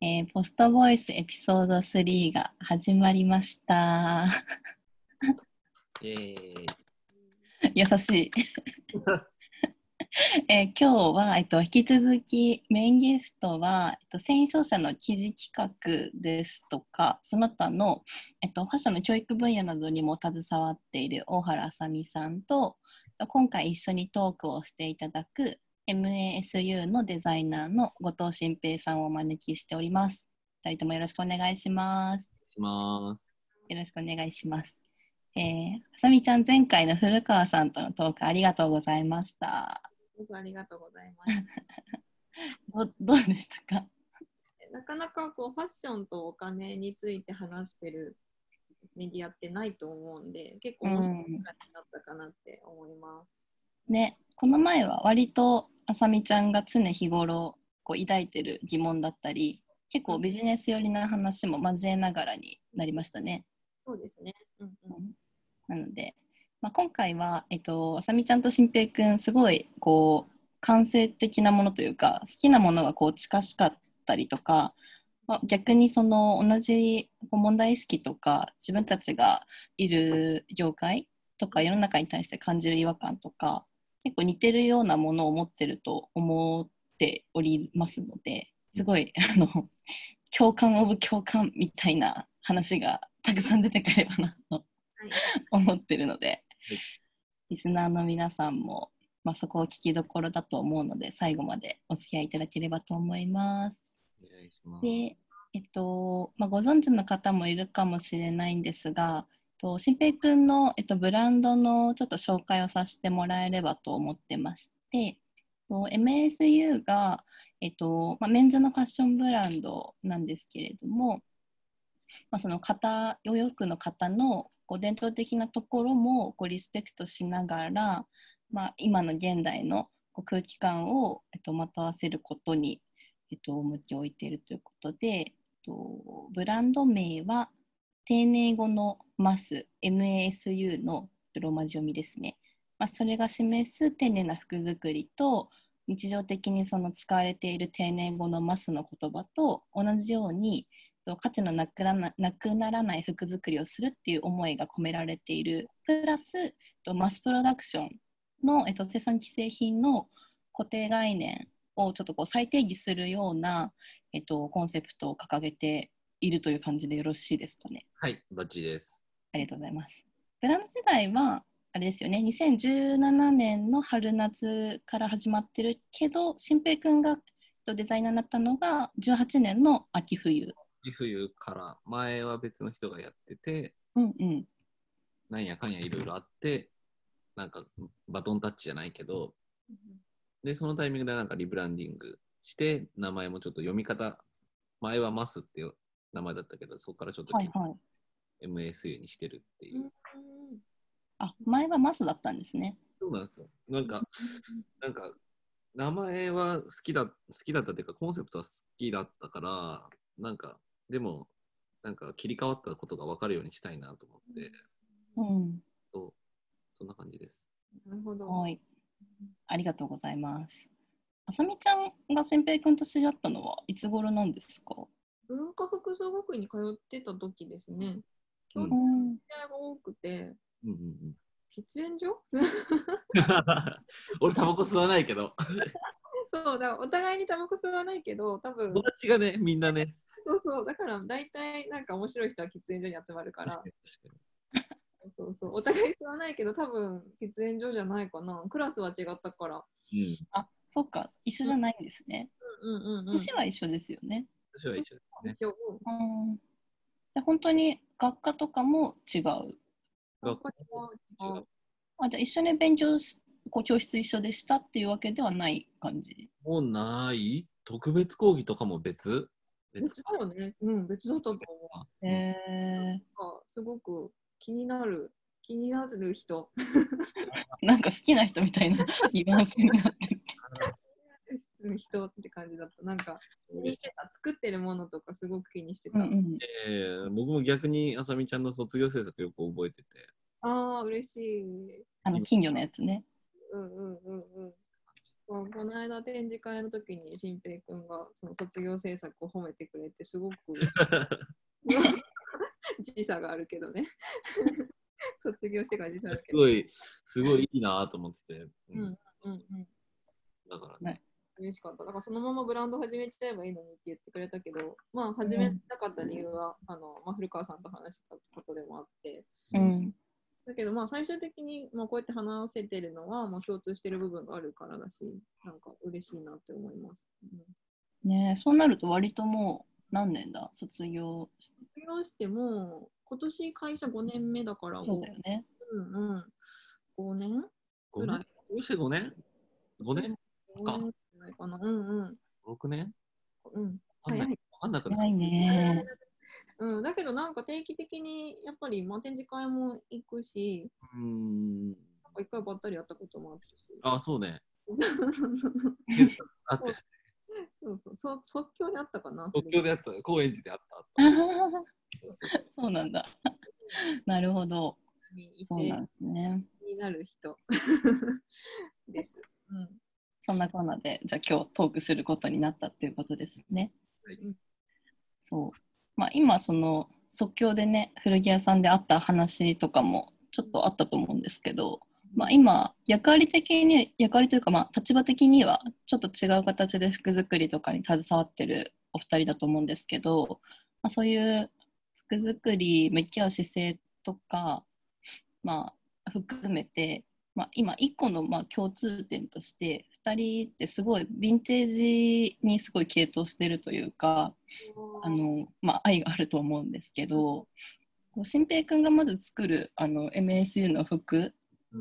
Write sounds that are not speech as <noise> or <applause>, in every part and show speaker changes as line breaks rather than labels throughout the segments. えーポストボイスエピソード3が始まりました。 <laughs>
イエーイ
優しい。 <laughs> えー今日は、えっと、引き続きメインゲストは、えっと、戦勝者の記事企画ですとかその他の、えっと、ファッションの教育分野などにも携わっている大原あさみさんとえっと今回一緒にトークをしていただく MASU のデザイナーの後藤新平さんをお招きしております。二人ともよろしくお願いします。
します。
よろしくお願いします。えー、あさみちゃん、前回の古川さんとのトークありがとうございました。
どうぞありがとうございます。 <laughs>
どどうでしたか
なかなかこうファッションとお金について話してるメディアってないと思うんで、結構面白い感じだったかなって思います。
ね、この前は割とあさみちゃんが常日頃こう抱いてる疑問だったり、結構ビジネス寄りな話も交えながらになりましたね。
そうですね。うんうん
なので、まあ、今回は、えっと、あさみちゃんとしんぺいくんすごいこう感性的なものというか好きなものがこう近しかったりとか、まあ、逆にその同じこう問題意識とか自分たちがいる業界とか世の中に対して感じる違和感とか結構似てるようなものを持ってると思っておりますのですごいあの共感オブ共感みたいな話がたくさん出てくればなと
はい、
<laughs> 思ってるので、
はい
リスナーの皆さんも、まあ、そこを聞きどころだと思うので最後までお付き合いいただければと思います。
お願いします。
で、えっとまあ、ご存知の方もいるかもしれないんですが、えっと、新平くんの、えっと、ブランドのちょっと紹介をさせてもらえればと思ってましてえっと MSU が、えっとまあ、メンズのファッションブランドなんですけれども、まあ、その型お洋服の型のこう伝統的なところもこうリスペクトしながら、まあ、今の現代のこう空気感を、えっと、まとわせることにえっと、重きを置いているということで、えっと、ブランド名は丁寧語のマス MASU のローマ字読みですね、まあ、それが示す丁寧な服作りと日常的にその使われている丁寧語のマスの言葉と同じようにえっと価値のなくらななくならない服作りをするっていう思いが込められているプラスえっとマスプロダクションの、えっと、生産既製品の固定概念をちょっとこう再定義するような、えっと、コンセプトを掲げているという感じでよろしいですかね。
はい、バッチリです。
ありがとうございます。ブランド自体はあれですよね2017年の春夏から始まってるけど新平くんがえっとデザイナーになったのが18年の秋冬。
秋冬から前は別の人がやってて、
うんうん
なんやかんやいろいろあって、なんかバトンタッチじゃないけど、で、そのタイミングでなんかリブランディングして、名前もちょっと読み方、前はマスっていう名前だったけど、そこからちょっと
はいはい。
MSU にしてるっていう。
うん
あ前はマスだったんですね。
そうなんですよ。なんか、なんか、名前は好きだ、好きだったっていうか、コンセプトは好きだったから、なんか、でも、なんか切り替わったことが分かるようにしたいなと思って、
うん、
そう、そんな感じです。
なるほど。
はいありがとうございます。あさみちゃんが新平くんと知り合ったのはいつ頃なんですか、
文化服装学院に通ってた時ですね。
う
共
ん
通の知り合いが多くて、
うんうんうん、
喫煙所 <laughs>
俺、タバコ吸わないけど、
そうだ、お互いにタバコ吸わないけど、多分
友達がね、みんなね、
そうそう、だから大体なんか面白い人は喫煙所に集まるから。そうそう、お互い吸わないけど、多分喫煙所じゃないかな。クラスは違ったから。
うん、
あそっか一緒じゃないんですね。
うんうんうん。
年は一緒ですよね。
私は一緒ですね。
一緒。
うん、で本当に学科とかも違う。
うん
学校
違う違う
あじゃあ一緒に勉強しこう教室一緒でしたっていうわけではない感じ。
もうない特別講義とかも別別
別だよね。うん、別だったと思う。
か。
へ
うん
え
なんかすごく気になる、気になる人。 <laughs>
なんか好きな人みた <laughs> いな疑問性になってる。
人って感じだった。なんか、気にしてた、作ってるものとかすごく気にして
う
た。
んうん、
えー僕も逆にあさみちゃんの卒業制作よく覚えてて、
ああ、嬉しい。
あの金魚のやつね。
うんうんうんうん。そうこの間展示会の時に新平くんがその卒業制作を褒めてくれてすごく時差があるけ
<laughs>
どね卒業してから時差ある
す
けど、
ごい、すごいいいなと思ってて。
うんうんうん、
だからね、
嬉しかっただからそのままブランド始めちゃえばいいのにって言ってくれたけどまあ始めなかった理由は、あのまあ、古川さんと話したことでもあって
うん
だけどまあ最終的に、まあ、こうやって話せてるのは、まあ、共通してる部分があるからだしなんか嬉しいなって思います、うん
ねえそうなると割ともう何年だ卒業し
卒業しても今年会社5年目だから
そうだよね。
うんうん、5年
5
ぐら
年
い
どうして5年 ?5 年
5年ぐらいかなうんうん
?6 年
うん
わかんない。
早い
わかんなくな
な
る
い <laughs> ね。
うん、だけどなんか定期的にやっぱり、まあ、展示会も行くし
うーん。
なんか一回ばったりやったこともあったし
あ、そうね。
そうそうそう
あって、
<laughs> そうそうそう即興であったかな
東京であった、高円寺であった。あったそうそう
そうなんだ。なるほど。
にいて
そうなんですね。
気になる人 <laughs> です、うん、
そんなこんなで、じゃあ今日トークすることになったっていうことですね。
はい
そう。まあ今、その即興でね、古着屋さんであった話とかもちょっとあったと思うんですけど、まあ今、役割的に、役割というか、まあ立場的にはちょっと違う形で服作りとかに携わってるお二人だと思うんですけど、まあ、そういう服作り向き合う姿勢とか、まあ含めて、まあ、今一個のまあ共通点として2人ってすごいヴィンテージにすごい傾倒してるというかあの、まあ、愛があると思うんですけどこう新平くんがまず作るあの MSU の服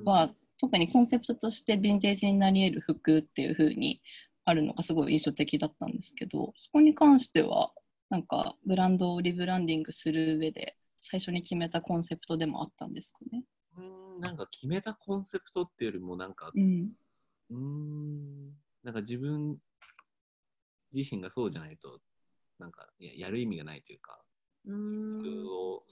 は特にコンセプトとしてヴィンテージになり得る服っていう風にあるのがすごい印象的だったんですけどそこに関してはなんかブランドをリブランディングする上で最初に決めたコンセプトでもあったんですかね。
うーんなんか決めたコンセプトっていうよりも、なんか、
うん、
うーん、なんか自分自身がそうじゃないと、なんかややる意味がないというか、
うーん
服を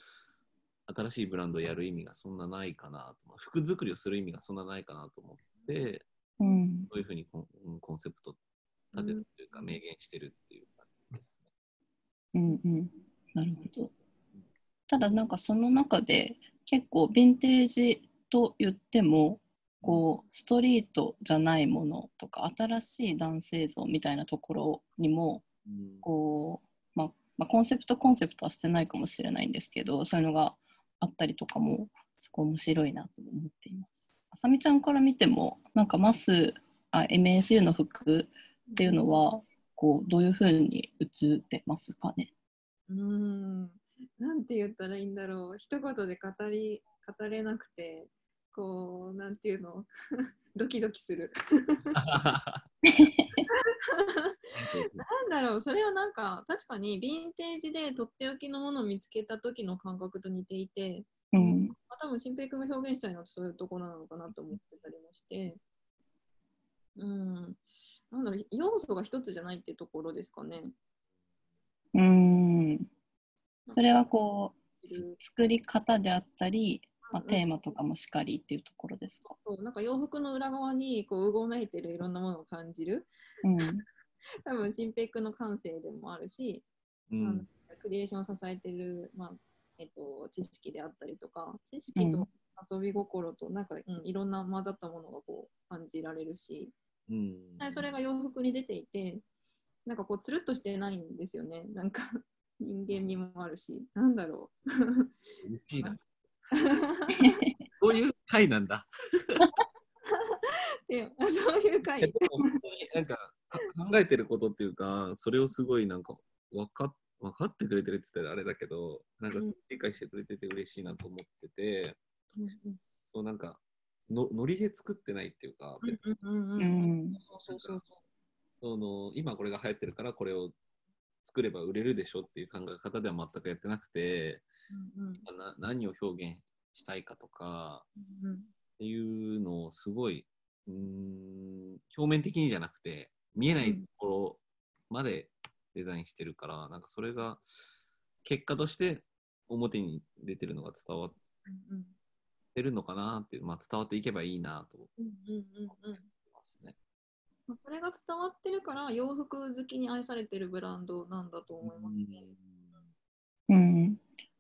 新しいブランドをやる意味がそんなないかなと、まあ服作りをする意味がそんなないかなと思って、
うん
どういうふうにコンうんコンセプト立てるというか、明言してるっていう感じですね。
うんうん、なるほど。ただなんかその中で結構ヴィンテージと言ってもこうストリートじゃないものとか新しい男性像みたいなところにも
うん
こう、まあまあ、コンセプトコンセプトはしてないかもしれないんですけどそういうのがあったりとかもすごい面白いなと思っています。あさみちゃんから見てもなんかマスあ MSU の服っていうのはこうどういうふうに映ってますかね
うーんなんて言ったらいいんだろう一言で語り語れなくてこうなんていうの <laughs> ドキドキするなんだろうそれはなんか確かにヴィンテージでとっておきのものを見つけた時の感覚と似ていて、
うん、
まあ、多分新平君が表現したいのはそういうところなのかなと思ってたりもしてうんなんだろう要素が一つじゃないっていうところですかね。
うーんそれはこうす作り方であったり、まあ、テーマとかもしっかりっていうところですか。
そうなんか洋服の裏側にこううごめいてるいろんなものを感じる
うん、
多分新平君の感性でもあるし、
う
あの
ん
クリエーションを支えてる、まあえっと、知識であったりとか知識と遊び心となんか、うんいろんな混ざったものがこう感じられるし
うん
実際それが洋服に出ていてなんかこうつるっとしてないんですよねなんか人間味もあるしなんだろう
嬉しいな。こういう回なんだ。
<laughs> でそういう
で
回
も本当になんかか考えてることっていうか、それをすごいなんか分かっ分かってくれてるって言ったらあれだけど、なんか
うん
理解してくれてて嬉しいなと思ってて、そうなんかのノリで作ってないっていうか、別に
うんうん
う
うん
ん、
そうそうそう
その今これが流行ってるからこれを作れば売れるでしょっていう考え方では全くやってなくて、
うんうん
な何を表現したいかとか、
うん
っていうのをすごい、うーん、表面的にじゃなくて、見えないところまでデザインしてるから、なんかそれが結果として表に出てるのが伝わっ
うんうん
てるのかなっていう、まあ伝わっていけばいいなと思い
うんうんうんうん
ますね。
まあそれが伝わってるから洋服好きに愛されてるブランドなんだと思いますね。
うん、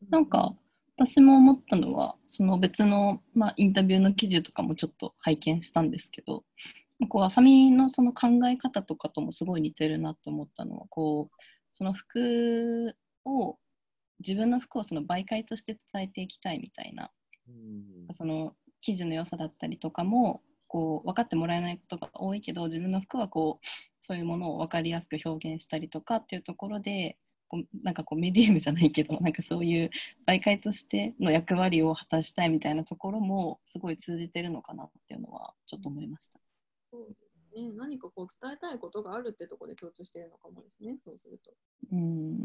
なん
う
か私も思ったのはその別の、まあ、インタビューの記事とかもちょっと拝見したんですけどこう浅見のその考え方とかともすごい似てるなと思ったのはこうその服を自分の服をその媒介として伝えていきたいみたいな
うん
その記事の良さだったりとかもこう分かってもらえないことが多いけど自分の服はこうそういうものを分かりやすく表現したりとかっていうところでこうなんかこうメディウムじゃないけど <laughs> なんかそういう媒介としての役割を果たしたいみたいなところもすごい通じてるのかなっていうのはちょっと思いました。
そうですね、何かこう伝えたいことがあるってところで共通してるのかもですね、そうすると。
うん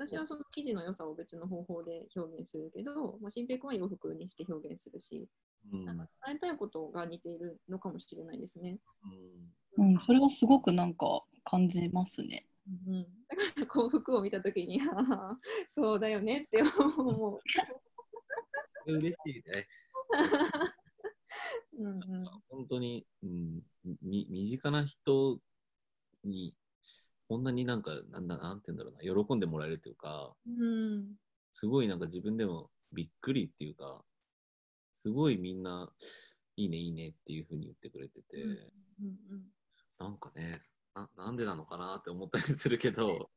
私はその記事の良さを別の方法で表現するけど、まあ、新平君は洋服にして表現するし、
うん
なんか伝えたいことが似ているのかもしれないですね。
うん
うん、それはすごくなんか感じますね。
うん、だからこう服を見たときに、ああ、そうだよねって思う。
嬉しいね。
うんうん
本当に、うん、み身近な人に、こんなになんか、なんだなんて言うんだろうな、喜んでもらえるというか、
うん
すごいなんか自分でもびっくりっていうか、すごいみんな、いいね、いいねっていうふうに言ってくれてて、
うんうん
なんかねな、なんでなのかなって思ったりするけ
<laughs>
ど、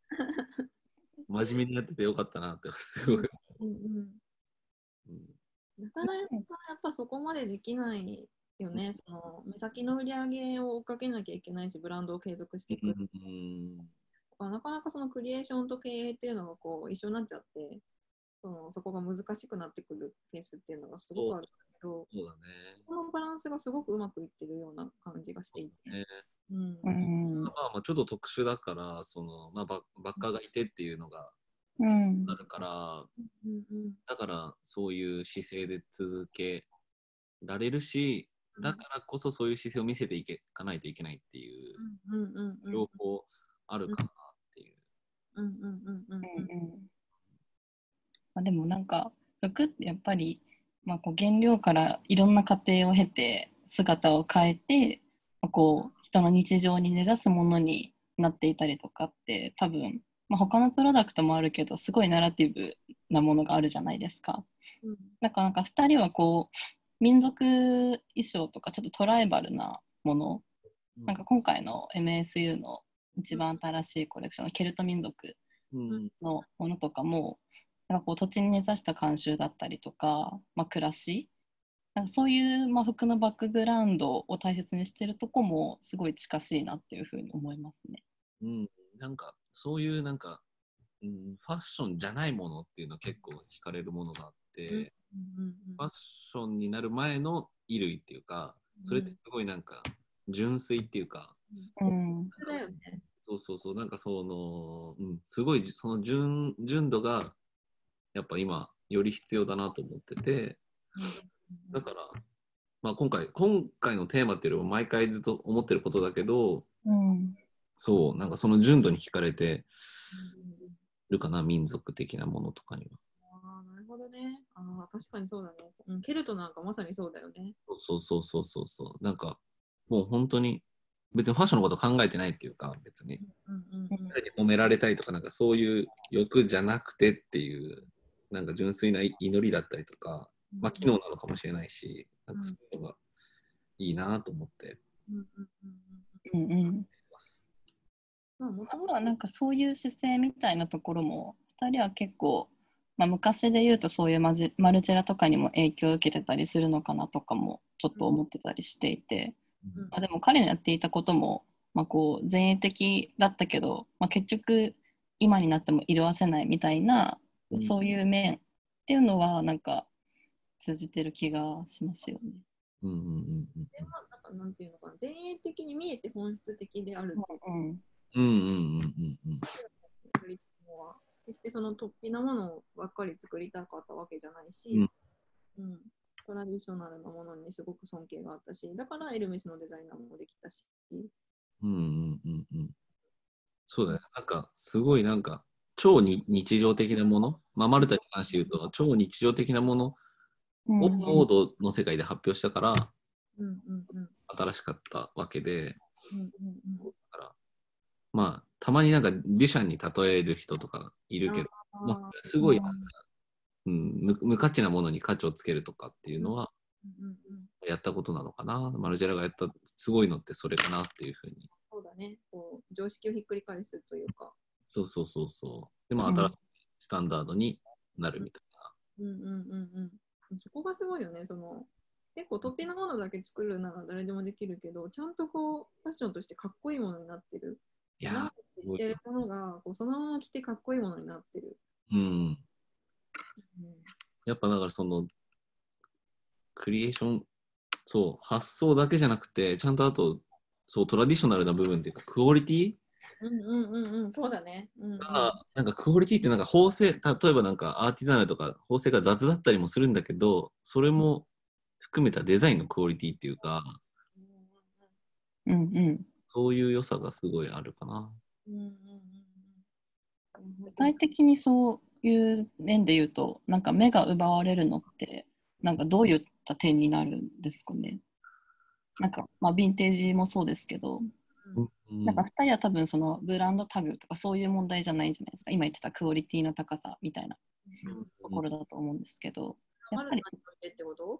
真面目にやっててよかったなって、すごい。
うんうん <laughs>
うん
なかなかやっぱそこまでできないよね、その目先の売り上げを追っかけなきゃいけないし、ブランドを継続していく、
うん
なかなかそのクリエーションと経営っていうのがこう一緒になっちゃってその、そこが難しくなってくるケースっていうのがすごくあるんだけど、
そうだね。
このバランスがすごくうまくいってるような感じがしていて。
ね
うん
うん
まあまあちょっと特殊だから、そのまあ、ババッカーがいてっていうのが
うん
あるから、
うんうん
だからそういう姿勢で続けられるし、だからこそそういう姿勢を見せていけかないといけないっていう
う、んうんうんうん
両方あるかなっていう。
うんうんうんうん
うんうんまあ、でもなんか服ってやっぱり、まあ、こう原料からいろんな過程を経て姿を変えて、まあこう人の日常に根ざすものになっていたりとかって多分、まあ、他のプロダクトもあるけどすごいナラティブなものがあるじゃないですか。
うん
だからなんか2人はこう民族衣装とかちょっとトライバルなもの
う
なんか、今回の MSU の一番新しいコレクションのケルト民族
うん
のものとかもなんかこう土地に根ざした慣習だったりとか、まあ、暮らしなんかそういう、まあ、服のバックグラウンドを大切にしてるとこもすごい近しいなっていうふうに思いますね。
うん、なんかそういうなんか、うん、ファッションじゃないものっていうのは結構惹かれるものがあって、
うんうん
ファッションになる前の衣類っていうか、
うん
それってすごいなんか純粋っていうか、
うん、
それだよね。
そうそうそう、なんかその、うん、すごいその純純度がやっぱ今より必要だなと思ってて、だから、まあ、今回、今回のテーマっていうよりも毎回ずっと思ってることだけど、
うん
そう、なんかその純度に惹かれてるかな、民族的なものとかには。
ああ、なるほどね。ああ、確かにそうだね。うん、ケルトなんかまさにそうだよね。
そうそうそうそうそう、なんかもう本当に、別にファッションのこと考えてないっていうか、別に。
うんうんうん。
誰に褒められたいとか、なんかそういう欲じゃなくてっていう、なんか純粋な祈りだったりとか、まあ、機能なのかもしれないし、なんかそういうのがいいなと思って
うんうんうんうん。
うんうん、
ます。
まあ、も
あ
とも
と
と
はなんかそういう姿勢みたいなところも2人は結構、まあ、昔で言うとそういうマジマルチェラとかにも影響を受けてたりするのかなとかもちょっと思ってたりしていて。
うん
まあ、でも彼のやっていたことも、まあ、こう前衛的だったけど、まあ、結局今になっても色褪せないみたいな、
うん
そういう面っていうのはなんか通じてる気がしますよね。
うんうんうんうん
なんかなんていうのかな、前衛的に見えて本質的である
うん
うんうんうんうんうん
作りのは、決してその突飛なものばっかり作りたかったわけじゃないし、うんトラディショナルなものにすごく尊敬があったし、だからエルメスのデザイナーもできたし、
うんうんうんうんそうだね。なんか、すごいなんか、超に日常的なもの、まあ、マルタに関して言うと、超日常的なもの
うん
をモードの世界で発表したから、
うんうんうん
新しかったわけで、
うんうんうん
だから、まあ、たまになんか自社に例える人とかいるけど、
あー
まあ、すごい、
うん
なんかうん、無無価値なものに価値をつけるとかっていうのは
うんうんうん
やったことなのかな。マルジェラがやったすごいのってそれかなっていうふうに。
そうだねこう常識をひっくり返すというか、
そうそうそうそう。で、まあ、
うん
新しいスタンダードになるみたい
うんうんうんうん、そこがすごいよねその結構突飛なものだけ作るなら誰でもできるけどちゃんとこうファッションとしてかっこいいものになってる
な。い
長
や
く着てるものがこうそのまま着てかっこいいものになってる、
ー、うん。
うん
やっぱだからその、クリエーション、そう、発想だけじゃなくて、ちゃんとあと、そう、トラディショナルな部分っていうか、クオリティ
うんうんうんうん、そうだね。うんうん、
が、なんかクオリティってなんか縫製、例えばなんかアーティザナルとか縫製が雑だったりもするんだけど、それも含めたデザインのクオリティっていうか、
うんうん、
そういう良さがすごいあるかな。
うんうんうんうん。
具体的にそういう面で言うとなんか目が奪われるのってなんかどういった点になるんですかねなんか、まあ、ヴィンテージもそうですけど、
うん
なんか2人は多分そのブランドタグとかそういう問題じゃないんじゃないですか今言ってたクオリティの高さみたいなところだと思うんですけど、やっぱり
ってこと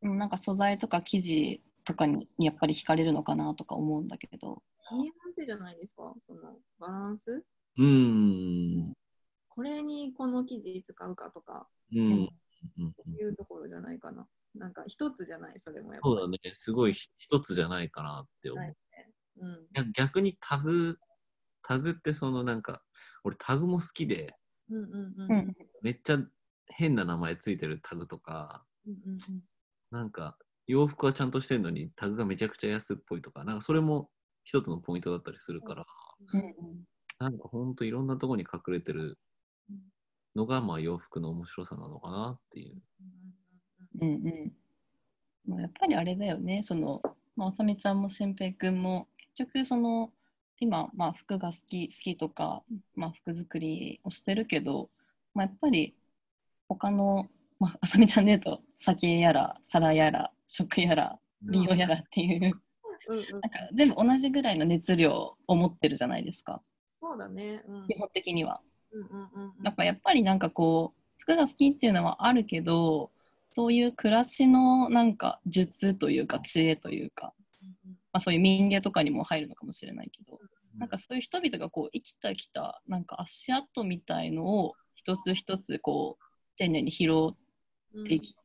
うんなんか素材とか生地とかにやっぱり惹かれるのかなとか思うんだけど、
見えますじゃないですか、そのバランス。
うん。
これにこの生地使うかとか
うん。うんうん
いうところじゃないかな。なんか一つじゃない、それもやっぱ
そうだね、すごいひ一つじゃないかなって思う。
はいうん
逆逆にタグ、タグってそのなんか、俺タグも好きで、
うんうんうん
う
うんん
めっちゃ変な名前ついてるタグとか、
うんうん
なんか洋服はちゃんとしてるのにタグがめちゃくちゃ安っぽいとか、なんかそれも一つのポイントだったりするから、
うん
なんかほんといろんなとこに隠れてるのが、まあ洋服の面白さなのかなっていう。
うんうんまあやっぱりあれだよねその、まああさみちゃんもしんぺいくんも結局その今、まあ、服が好き好きとか、まあ、服作りをしてるけど、まあ、やっぱり他の、まああさみちゃんで言うと酒やら皿やら食やら美容やらっていう、
うんうんうん
なんか全部同じぐらいの熱量を持ってるじゃないですか
そうだね。うんうん
基本的には。
うんうん
なんかやっぱりなんかこう服が好きっていうのはあるけどそういう暮らしのなんか術というか知恵というか、
うん
まあ、そういう民芸とかにも入るのかもしれないけどなんかそういう人々がこう生きたきたなんか足跡みたいのを一つ一つこう丁寧に拾っ
うん
ていき,、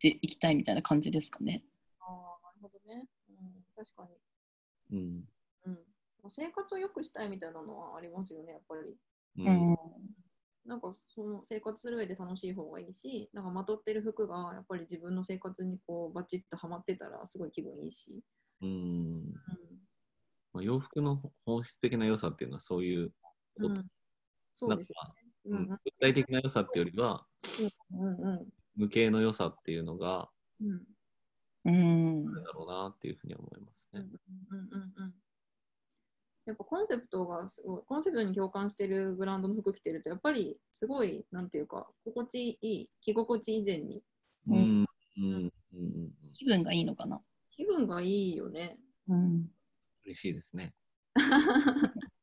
ていきたいみたいな感じですかね。
ああ、なるほどね。うん、確かに。
うん。
うん、まあ生活を良くしたいみたいなのはありますよね、やっぱり。
う。
うんん
なんかその生活する上で楽しい方がいいし、なんかまとってる服がやっぱり自分の生活にこうバチッとはまってたらすごい気分いいし。
うんまあ、洋服の本質的な良さっていうのはそういう
う
こ
ん、
と
うん、そうですよ
う
ね。
ん具体的な良さっていうよりは
うんうんうん
無形の良さっていうのが
うんうん
うん
あるだろうなっていうふうに思います
うん
ね。
うんうんうんやっぱコンセプトがすごいコンセプトに共感してるブランドの服着てるとやっぱりすごいなんていうか心地いい着心地以前に
うん
うんうんうんうん
気分がいいのかな。
気分がいいよね。
うん、
嬉しいですね。
今日も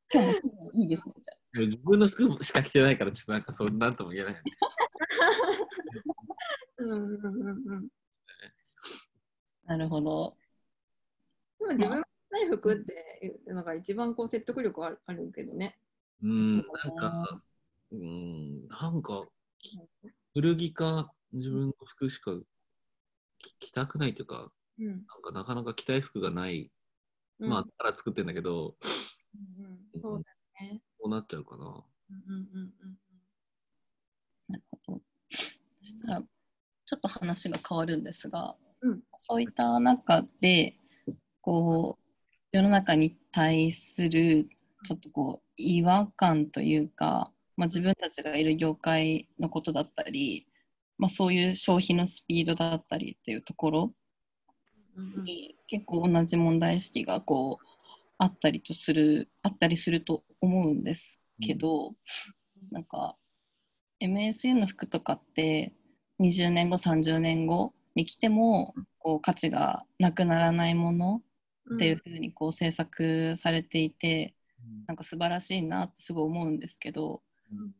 気分いいですねじゃ
自分の服しか着てないからちょっとなんかそうなんとも言えない。
<laughs> うんうんうんうん
あ。なるほど。
でも自分のない服っていうのが一番こう説得力あるあるけどね。
うん、な
そ
ん
うだな
か、うん、なんか、古着か自分の服しか着着たくないというか、
うん
なんかなかなか着たい服がない、
うん
まあ、だから作ってんだけど、
うんうんそうだよね。
こうなっちゃうかな。
うんうんうんうん
なるほど。そしたら、ちょっと話が変わるんですが、
うん
そういった中で、こう、世の中に対する、ちょっとこう、違和感というか、まあ、自分たちがいる業界のことだったり、まあ、そういう消費のスピードだったりっていうところ
うんうん
に結構同じ問題意識がこうあったりとするあったりすると思うんですけど、なんか MSU の服とかって20年後30年後に来てもこう価値がなくならないものっていうふうにこう制作されていて、なんか素晴らしいなってすごい思うんですけど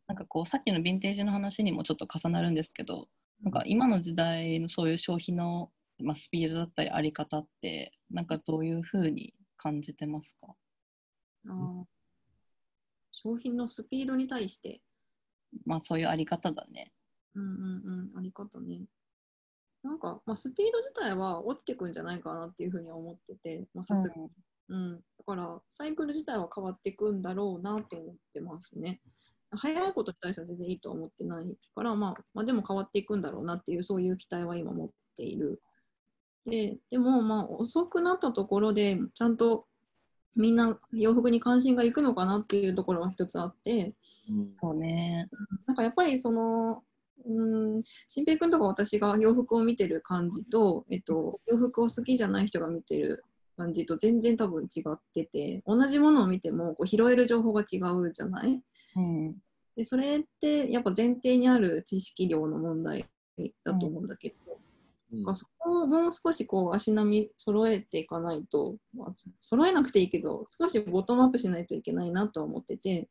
なんかこうさっきのヴィンテージの話にもちょっと重なるんですけどなんか今の時代のそういう消費の、まあ、スピードだったりあり方ってなんかどういうふうに感じてますか
ああ商品のスピードに対して、
まあそういうあり方だね。
うんうんうん、あり方ね。なんか、まあ、スピード自体は落ちてくんじゃないかなっていうふうには思ってて、まあ、さすが、うん、だから、サイクル自体は変わっていくんだろうなって思ってますね。早いことに対しては全然いいとは思ってないから、まあ、まあ、でも変わっていくんだろうなっていう、そういう期待は今持っている。で、でも、まあ、遅くなったところで、ちゃんとみんな洋服に関心がいくのかなっていうところは一つあって、
そうね。
なんかやっぱりその、うん、新平君とか私が洋服を見てる感じと、えっと、洋服を好きじゃない人が見てる感じと全然多分違ってて、同じものを見てもこう拾える情報が違うじゃない
うん。
でそれってやっぱ前提にある知識量の問題だと思うんだけど、なんかそこをもう少しこう足並み揃えていかないと、まあ揃えなくていいけど少しボトムアップしないといけないなとは思ってて、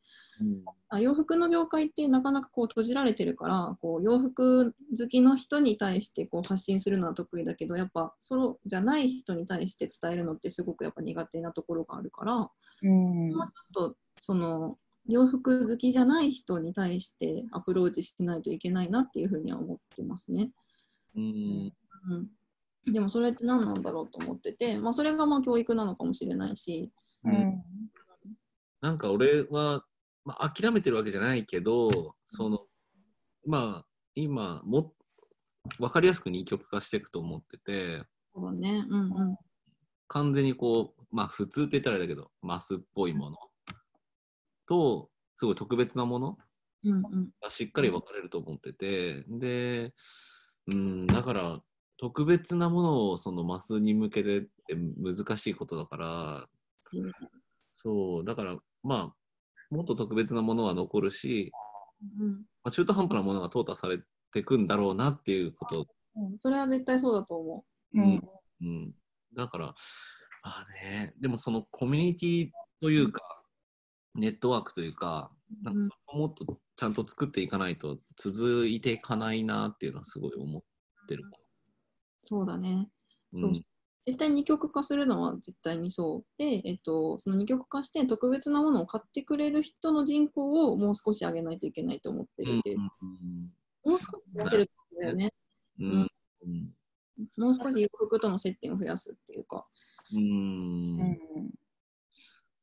あ洋服の業界ってなかなかこう閉じられてるからこう洋服好きの人に対してこう発信するのは得意だけどやっぱそうじゃない人に対して伝えるのってすごくやっぱ苦手なところがあるから
うん。
まあちょっとその洋服好きじゃない人に対してアプローチしないといけないなっていうふうには思ってますね。うん、でもそれって何なんだろうと思ってて、まあ、それがまあ教育なのかもしれないし、
うん。
なんか俺は、まあ、諦めてるわけじゃないけど、その、まあ、今、も、わかりやすく二極化していくと思ってて、
そうだね、うんうん
完全にこう、まあ普通って言ったらあれだけど、マスっぽいものと、すごい特別なもの
うんうん、
がしっかり分かれると思ってて、で、うん、だから、特別なものをそのマスに向けてって難しいことだから、そう、だから、まあ、もっと特別なものは残るし、
うん
まあ、中途半端なものが淘汰されてくんだろうなっていうこと、
うん、それは絶対そうだと思う。
うん。
うん、だから、まあね、でもそのコミュニティというか、ネットワークというか、なんかそれをもっとちゃんと作っていかないと続いていかないなっていうのはすごい思ってる。
そうだね。そう
うん
絶対二極化するのは絶対にそう。で、えっと、その二極化して特別なものを買ってくれる人の人口をもう少し上げないといけないと思ってるっていう。もう少し増やせるってことだよね。
うんうんうん
もう少し洋服との接点を増やすっていうか、
うん
うん。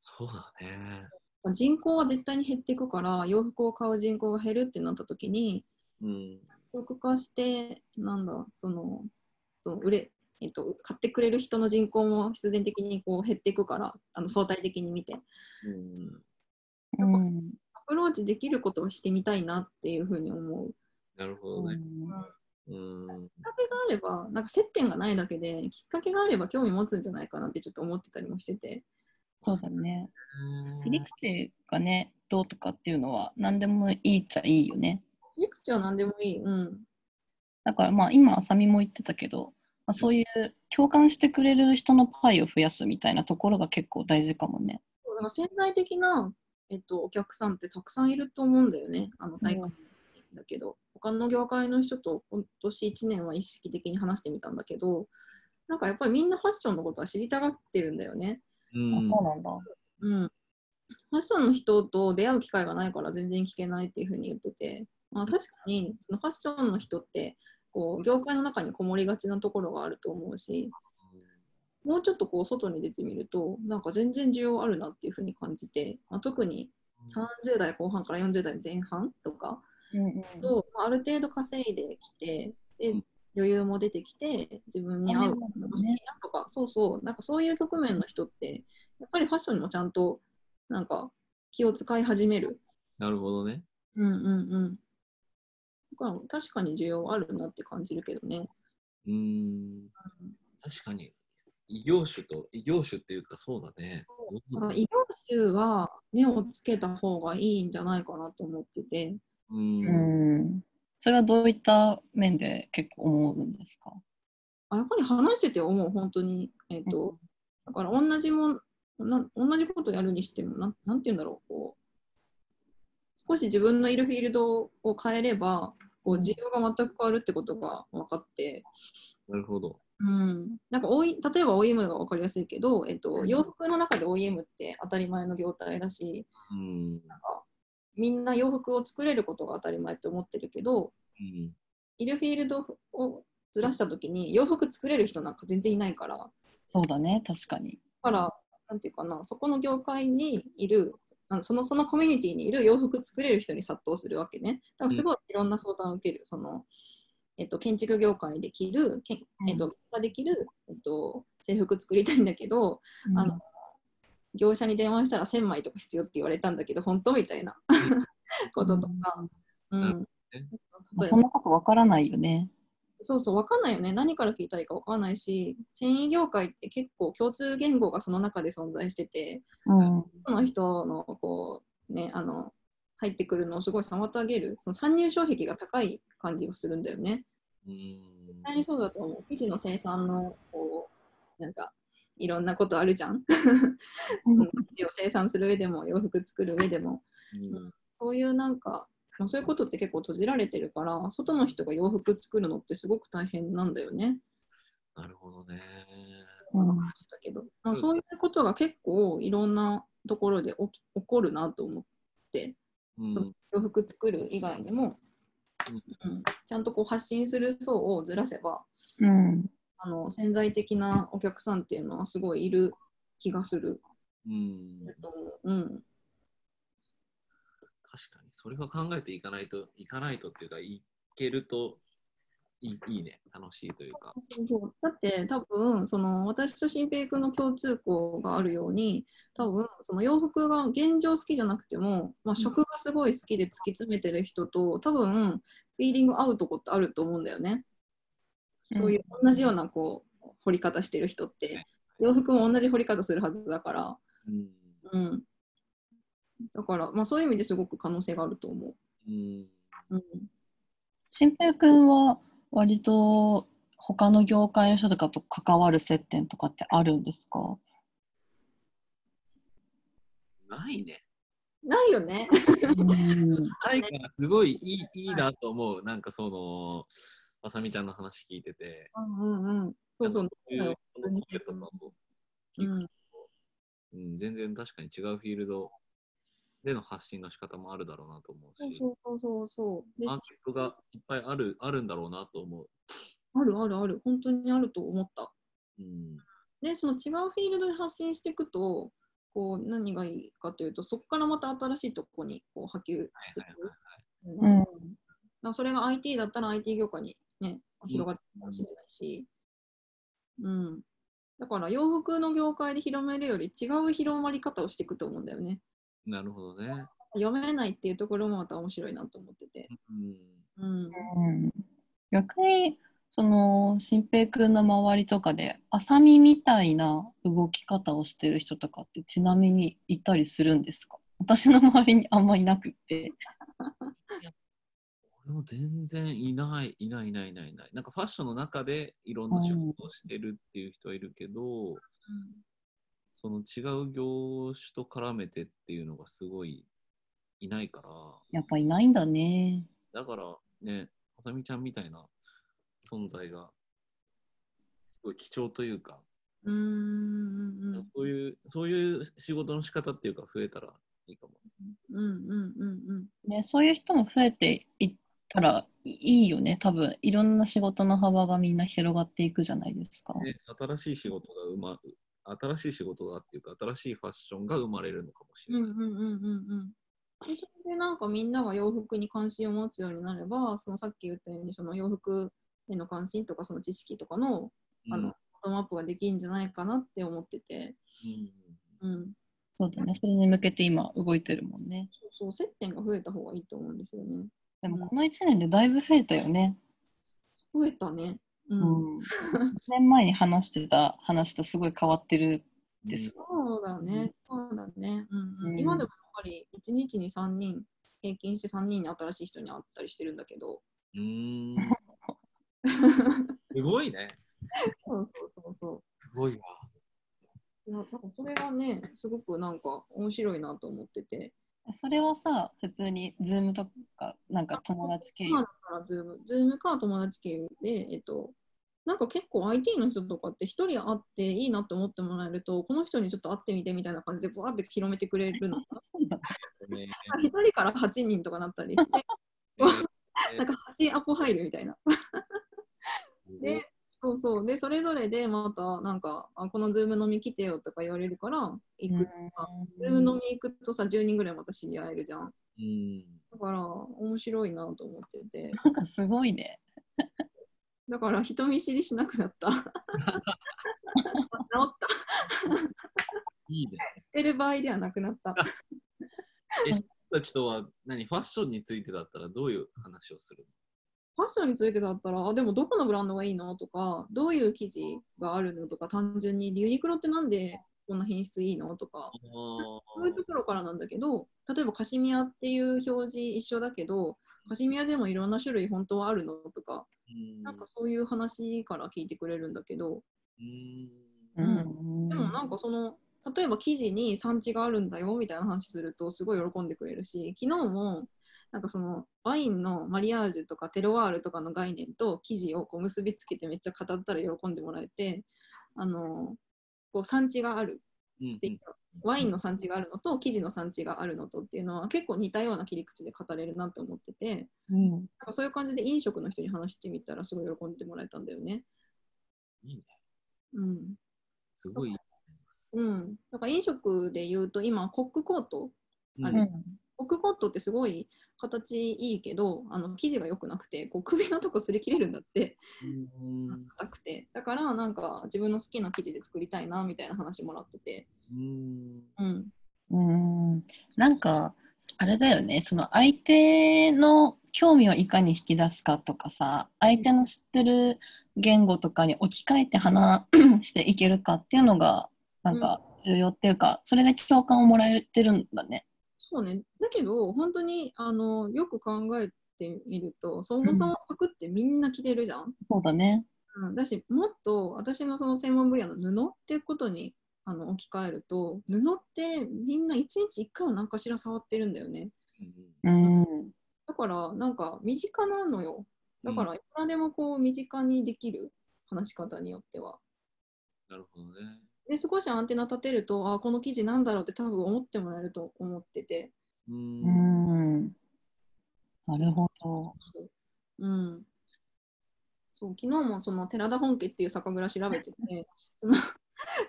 そうだね。
人口は絶対に減っていくから、洋服を買う人口が減るってなった時に、
うん
二極化して、なんだ、その、その売れ、えっと、買ってくれる人の人口も必然的にこう減っていくから、あの相対的に見て。
うん
うん。
アプローチできることをしてみたいなっていうふうに思う。
なるほどね。うん
きっかけがあれば、なんか接点がないだけで、きっかけがあれば興味持つんじゃないかなってちょっと思ってたりもしてて。
そうだね。切り口がね、どうとかっていうのは何でもいいっちゃいいよね。
切り口は何でもいい。うん。
だからまあ今、あさみも言ってたけど、まあ、そういう共感してくれる人のパイを増やすみたいなところが結構大事かもね。
そうだから潜在的な、えっと、お客さんってたくさんいると思うんだよね。あの大会だけど、他の業界の人と今年1年は意識的に話してみたんだけど、なんかやっぱりみんなファッションのことは知りたがってるんだよね。
うん
あそうなんだ。
うん、ファッションの人と出会う機会がないから全然聞けないっていうふうに言ってて、まあ、確かにそのファッションの人ってこう業界の中にこもりがちなところがあると思うしもうちょっとこう外に出てみるとなんか全然需要あるなっていうふうに感じて、まあ、特に30代後半から40代前半とか
うんうん、
と、まあ、ある程度稼いできてで
うん
余裕も出てきて自分に合う
お金もあるもんね
欲しいなとかそうそうなんかそういう局面の人ってやっぱりファッションにもちゃんとなんか気を使い始める。
なるほどね。
うんうんうんだから確かに需要あるなって感じるけどね。
うん確かに異業種と異業種っていうかそうだね。
だから異業種は目をつけた方がいいんじゃないかなと思ってて、
うん
うんそれはどういった面で結構思うんですか
あやっぱり話してて思う、本当に、えっとだから同じもんな、同じことやるにしてもな、なんて言うんだろう、こう、少し自分のいるフィールドを変えれば、こう需要が全く変わるってことが分かって、
なるほど。
うん、なんか OE 例えば OEM が分かりやすいけど、えっと、洋服の中で OEM って当たり前の業態だし、
うん。
みんな洋服を作れることが当たり前って思ってるけど、
うん、
いるフィールドをずらしたときに洋服作れる人なんか全然いないから、だ
そうだね、確かに。
から、なんていうかな、そこの業界にいる、あそのそのコミュニティにいる洋服作れる人に殺到するわけね。だからすごいいろんな相談を受ける、その、えっと、建築業界で着る、けんえっと、ができる、えっと、制服作りたいんだけど、あの業者に電話したら1000枚とか必要って言われたんだけど、本当みたいな <laughs> こととか。うん
なるほどね
まあ
例え
そ
ば
んなことわからないよね。
そうそう、わかんないよね。何から聞いたらいいかわかんないし、繊維業界って結構共通言語がその中で存在してて、
うん。
その人のこう、ね、あの、入ってくるのをすごい妨げる、その参入障壁が高い感じがするんだよね。
うん
絶対にそうだと思う。生地の生産の、こう、なんか、いろんなことあるじゃん。 <laughs> うん生地を生産する上でも、洋服作る上でも。
うん
そういうなんか、まあそういうことって結構閉じられてるから、外の人が洋服作るのってすごく大変なんだよね。
なるほどね。
うん
話だけど、まあ、そういうことが結構いろんなところで起き起こるなと思って
うん
そう洋服作る以外にも、うん、ちゃんとこう発信する層をずらせば
うん。
あの潜在的なお客さんっていうのはすごいいる気がする。
うん
うん、
確かに、それは考えていかないと、いかないとっていうか、いけるといいいいね、楽しいというか。
そうそうだって多分その私と新平君の共通項があるように多分その洋服が現状好きじゃなくても、まあ、食がすごい好きで突き詰めてる人と多分フィーリング合うとこってあると思うんだよね。そういう同じようなこう掘り方してる人って洋服も同じ掘り方するはずだから、
うん
うん、だから、まあ、そういう意味ですごく可能性があると思
うん
う。うん
新平君は割と他の業界の人とかと関わる接点とかってあるんですか
ないね。
ないよね。
うん
ないからすごいいいいいなと思う。なんかその、まさみちゃんの話聞いてて、
うんうんうん、そうそう
こういうこのコンセプトの
うん
うん、全然確かに違うフィールドでの発信の仕方もあるだろうなと思
そうう
し、
そうそうそう。で
マーケットがいっぱいあるあるんだろうなと思う。
あるあるある、本当にあると思った。
うん
で、その違うフィールドで発信していくと、こう何がいいかというと、そこからまた新しいとこにこう波及していく。う
うん
んだからそれが IT だったら IT 業界に、ね、広がっていくかもしれないし、うん。だから洋服の業界で広めるより違う広まり方をしていくと思うんだよね。
なるほどね。
読めないっていうところもまた面白いなと思ってて。
うん
うん。
うん逆にその新平君の周りとかで浅見みたいな動き方をしてる人とかってちなみにいたりするんですか私の周りにあんまいなくって。
俺も全然いない、いないいないいないいない。なんかファッションの中でいろんな仕事をしてるっていう人はいるけど、その違う業種と絡めてっていうのがすごいいないから、
やっぱいないんだね。
だからね、あさみちゃんみたいな存在がすごい貴重というか、
うん。うん。うん
そういう、そういう仕事の仕方っていうか増えたらいいかも。
うんうんうんうん。
ねそういう人も増えていったらいいよね多分いろんな仕事の幅がみんな広がっていくじゃないですか。
ね、新しい仕事が生ま、新しい仕事がっていうか、新しいファッションが生まれるのかもし
う
れ
ん
な
う
い。
んうんうんうん。でそれでなんかみんなが洋服に関心を持つようになれば、そのさっき言ったようにその洋服への関心とかその知識とかのあ
うん
のボトムアップができるんじゃないかなって思ってて、
うん
うん、
そうだねそれに向けて今動いてるもんね。
そうそう接点が増えた方がいいと思うんですよね。
でもこの1年でだいぶ増えたよね。
増えたね。うん。
うん、1年 <laughs> 前に話してた話とすごい変わってるです。
そうだね、そうだね。うんう、
うんん
今でもやっぱり1日に3人、平均して3人に新しい人に会ったりしてるんだけ
<laughs>
ど。
うーんすごいね。
そうそうそうそう。
すごいわ。
いやなんかそれがね、すごくなんか面白いなと思ってて、
それはさ、普通に Zoom とか、なんか友達経由
今。だからズーム、ズームか友達経由で、えっと、なんか結構 IT の人とかって一人会っていいなと思ってもらえると、この人にちょっと会ってみてみたいな感じで、ぶわって広めてく
<laughs>
れるの。
そうなんだ
ね
一人から8人とかなったりして、
えー
なんか8アポ入るみたいな。で、そうそう。で、それぞれでまた、なんか、あこのズーム飲み来てよとか言われるから、行く。ズーム飲み行くとさ、10人ぐらいまた知り合えるじゃん。
うん、
だから、面白いなと思ってて。
なんかすごいね。
だから、人見知りしなくなった。治っ
いいね。
た。捨てる場合ではなくなった。
僕たちとは何ファッションについてだったらどういう話をする
ファッションについてだったら、あでもどこのブランドがいいのとか、どういう記事があるのとか、単純にユニクロってなんでこんな品質いいのとか、
の
そういうところからなんだけど、例えばカシミヤっていう表示一緒だけど、カシミヤでもいろんな種類本当はあるのとか、
うん
なんかそういう話から聞いてくれるんだけど、
う
うん
ん
でもなんかその、例えば記事に産地があるんだよみたいな話するとすごい喜んでくれるし、昨日もなんかそのワインのマリアージュとかテロワールとかの概念と記事をこう結びつけてめっちゃ語ったら喜んでもらえて、あのこう産地がある
うん
っていうワインの産地があるのと生地の産地があるのとっていうのは結構似たような切り口で語れるなと思ってて
うん
なんかそういう感じで飲食の人に話してみたらすごい喜んでもらえたんだよね。
いいね。
うん、
すごいいいと思います。
うん、だから飲食で言うと今コックコートあ
う
れ
ん
コックコートってすごい形いいけどあの生地が良くなくてこう首のとこ擦り切れるんだって
うん
硬くてだからなんか自分の好きな生地で作りたいなみたいな話もらってて、
うん
うん、
うんなんかあれだよねその相手の興味をいかに引き出すかとかさ相手の知ってる言語とかに置き換えて話 <clears throat> していけるかっていうのがなんか重要っていうか、それで共感をもらえてるんだね。
そうね、だけど、本当にあのよく考えてみると、そもそも服ってみんな着てるじゃん。
そうだね。
うん、だし、もっと私のその専門分野の布っていうことにあの置き換えると、布ってみんな1日1回は何かしら触ってるんだよね。
うん。
だから、なんか身近なのよ。だから、いくらでもこう身近にできる話し方によっては。
なるほどね。
で、少しアンテナ立てると、あ、この記事なんだろうって多分思ってもらえると思ってて。
う
うんん。なるほど。
うん、そう昨日もその寺田本家っていう酒蔵調べてて <laughs> その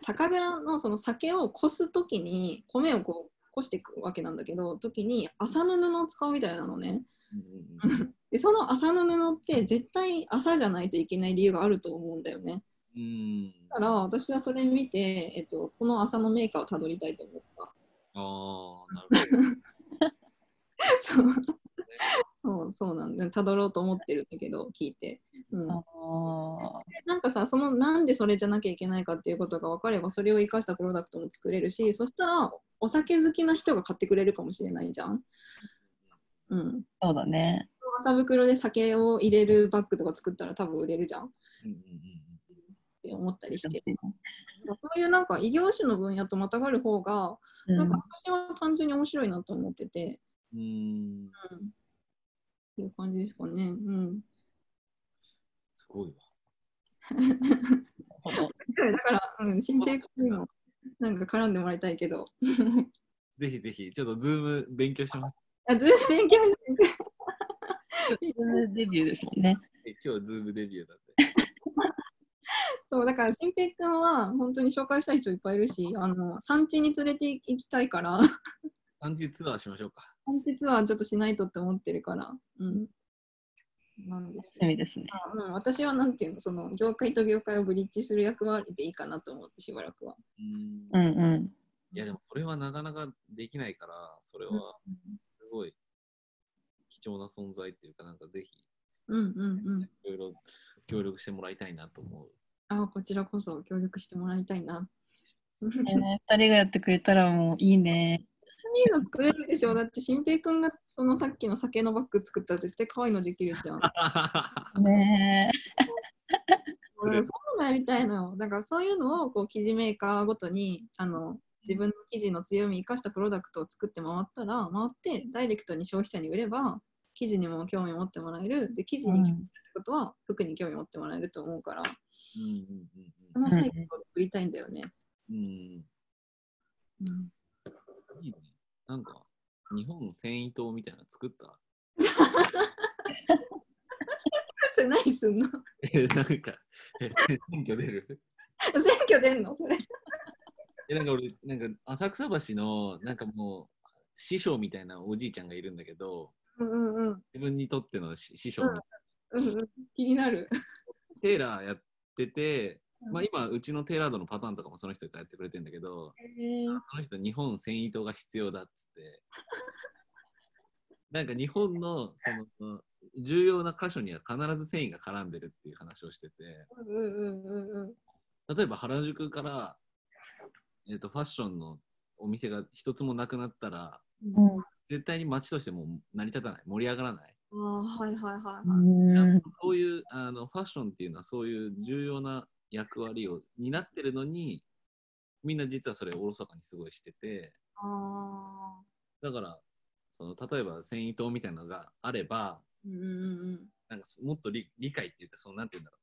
酒蔵のその酒をこす時に米をこうこしていくわけなんだけど時に麻の布を使うみたいなのね
うん
でその麻の布って絶対麻じゃないといけない理由があると思うんだよね
うん
だから私はそれ見て、えっと、この麻のメーカーをたどりたいと思った
ああ、なるほど。
<laughs> そう <laughs> そうそうなんだたどろうと思ってるんだけど聞いて、うん、
あ
なんかさ、そのなんでそれじゃなきゃいけないかっていうことが分かれば、それを生かしたプロダクトも作れるし、そしたらお酒好きな人が買ってくれるかもしれないじゃん。うん。
あ、そうだね。
麻袋で酒を入れるバッグとか作ったら多分売れるじゃんっ
うんうん
て思ったりして。そういうなんか異業種の分野とまたがる方が、
うん
なんか私は単純に面白いなと思ってて、
うんうんうん
うん。っていう感じですかね。うん。
すごいわ。
なるほど
だから、うん、新平君にもなんか絡んでもらいたいけど。
ぜひぜひ、ちょっとズーム勉強します。
あ、ずっと勉強してる <laughs>
デビューですもんね。
え今日ズームデビューだって。
そうだから新平君は本当に紹介したい人いっぱいいるしあの産地に連れて行きたいから
3時ツアーしましょうか。
産地ツアーちょっとしないとって思ってるから、うん、なんです
趣
よ、
味ですね。
うん、私はなんていうのその業界と業界をブリッジする役割でいいかなと思ってしばらくは、
うん
うんうん。
いや、でもそれはなかなかできないから、それはすごい貴重な存在っていうか、なんかぜひ
うんうんうん
いろいろ協力してもらいたいなと思う。
あこちらこそ協力してもらいたいな
ね二人がやってくれたらもういいね。
いいの作れるでしょだって新平君がそのさっきの酒のバッグ作ったら絶対可愛いのできるじゃん
ね
うんそうもやりたいのよ。だからそういうのをこう記事メーカーごとにあの自分の記事の強みを生かしたプロダクトを作って回ったら回ってダイレクトに消費者に売れば記事にも興味を持ってもらえるで記事に興味を持ってことは服に興味を持ってもらえると思うから
うんうん
そのサイトを売りたいんだよね。
うんうんうん
うん
いいね。なんか、日本繊維島みたいなの作った。
それ何すん <laughs> の
え、なんか、え、選挙出る
選挙出んのそれ。
え、なんか俺、なんか浅草橋の、なんかもう、師匠みたいなおじいちゃんがいるんだけど、
うんうんうん
自分にとっての師師匠みたいな
うんうん気になる。
テーラーやってて、まあ、
へ
今、うちのテーラードのパターンとかもその人がやってくれてんだけど、
ー
その人、日本繊維島が必要だっつって。 <laughs> なんか日本のその重要な箇所には必ず繊維が絡んでるっていう話をしてて、
うんうんうんうん
例えば原宿から、えー、とファッションのお店が一つもなくなったら
うん
絶対に街としてもう成り立たない盛り上がらない、
ああはいはいはいはい。
やっ
ん
ぱそういうあのファッションっていうのはそういう重要な役割を担ってるのにみんな実はそれをおろそかにすごいしてて
ああ。
だからその例えば繊維島みたいなのがあれば
うんうんうん。
なんかそもっと理理解っていうかそのなんて言うんだろう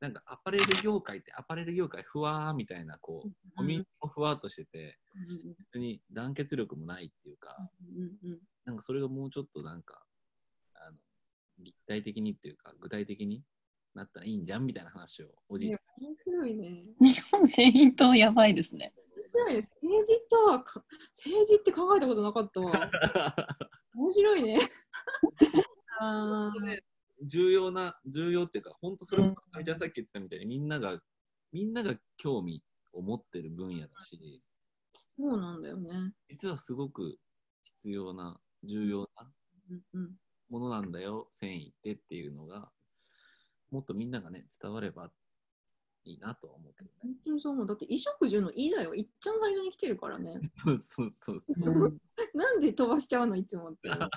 なんかアパレル業界ってアパレル業界ふわーみたいなこうコミュニティもふわーっとしてて、
<laughs>
別に団結力もないっていうか、
うんうん
なんかそれがもうちょっとなんか、あの、立体的にっていうか、具体的になったらいいんじゃんみたいな話をおじい
い
ち
や面白いね。
日本繊維島やばいですね。
面白いね。政治とはか、政治って考えたことなかった
<laughs>
わ。
ゃ
面白い
<laughs>
ね。あ
ん。で <laughs> 重要な、重要っていうか、本当それこそ、じゃあさっき言ってたみたいに、みんなが、みんなが興味を持ってる分野だし、
そうなんだよね。
実はすごく必要な、重要な
うんうん。
ものなんだよ、繊維ってっていうのが、もっとみんながね、伝わればいいなとは思うけどね。
本当にそう思う。だって衣食住の「い」だよ。いっちゃん最初に来てるからね。 <laughs>
そうそうそうそう。
<laughs> うん
なんで飛ばしちゃうのいつ
<laughs>
もって。飛ば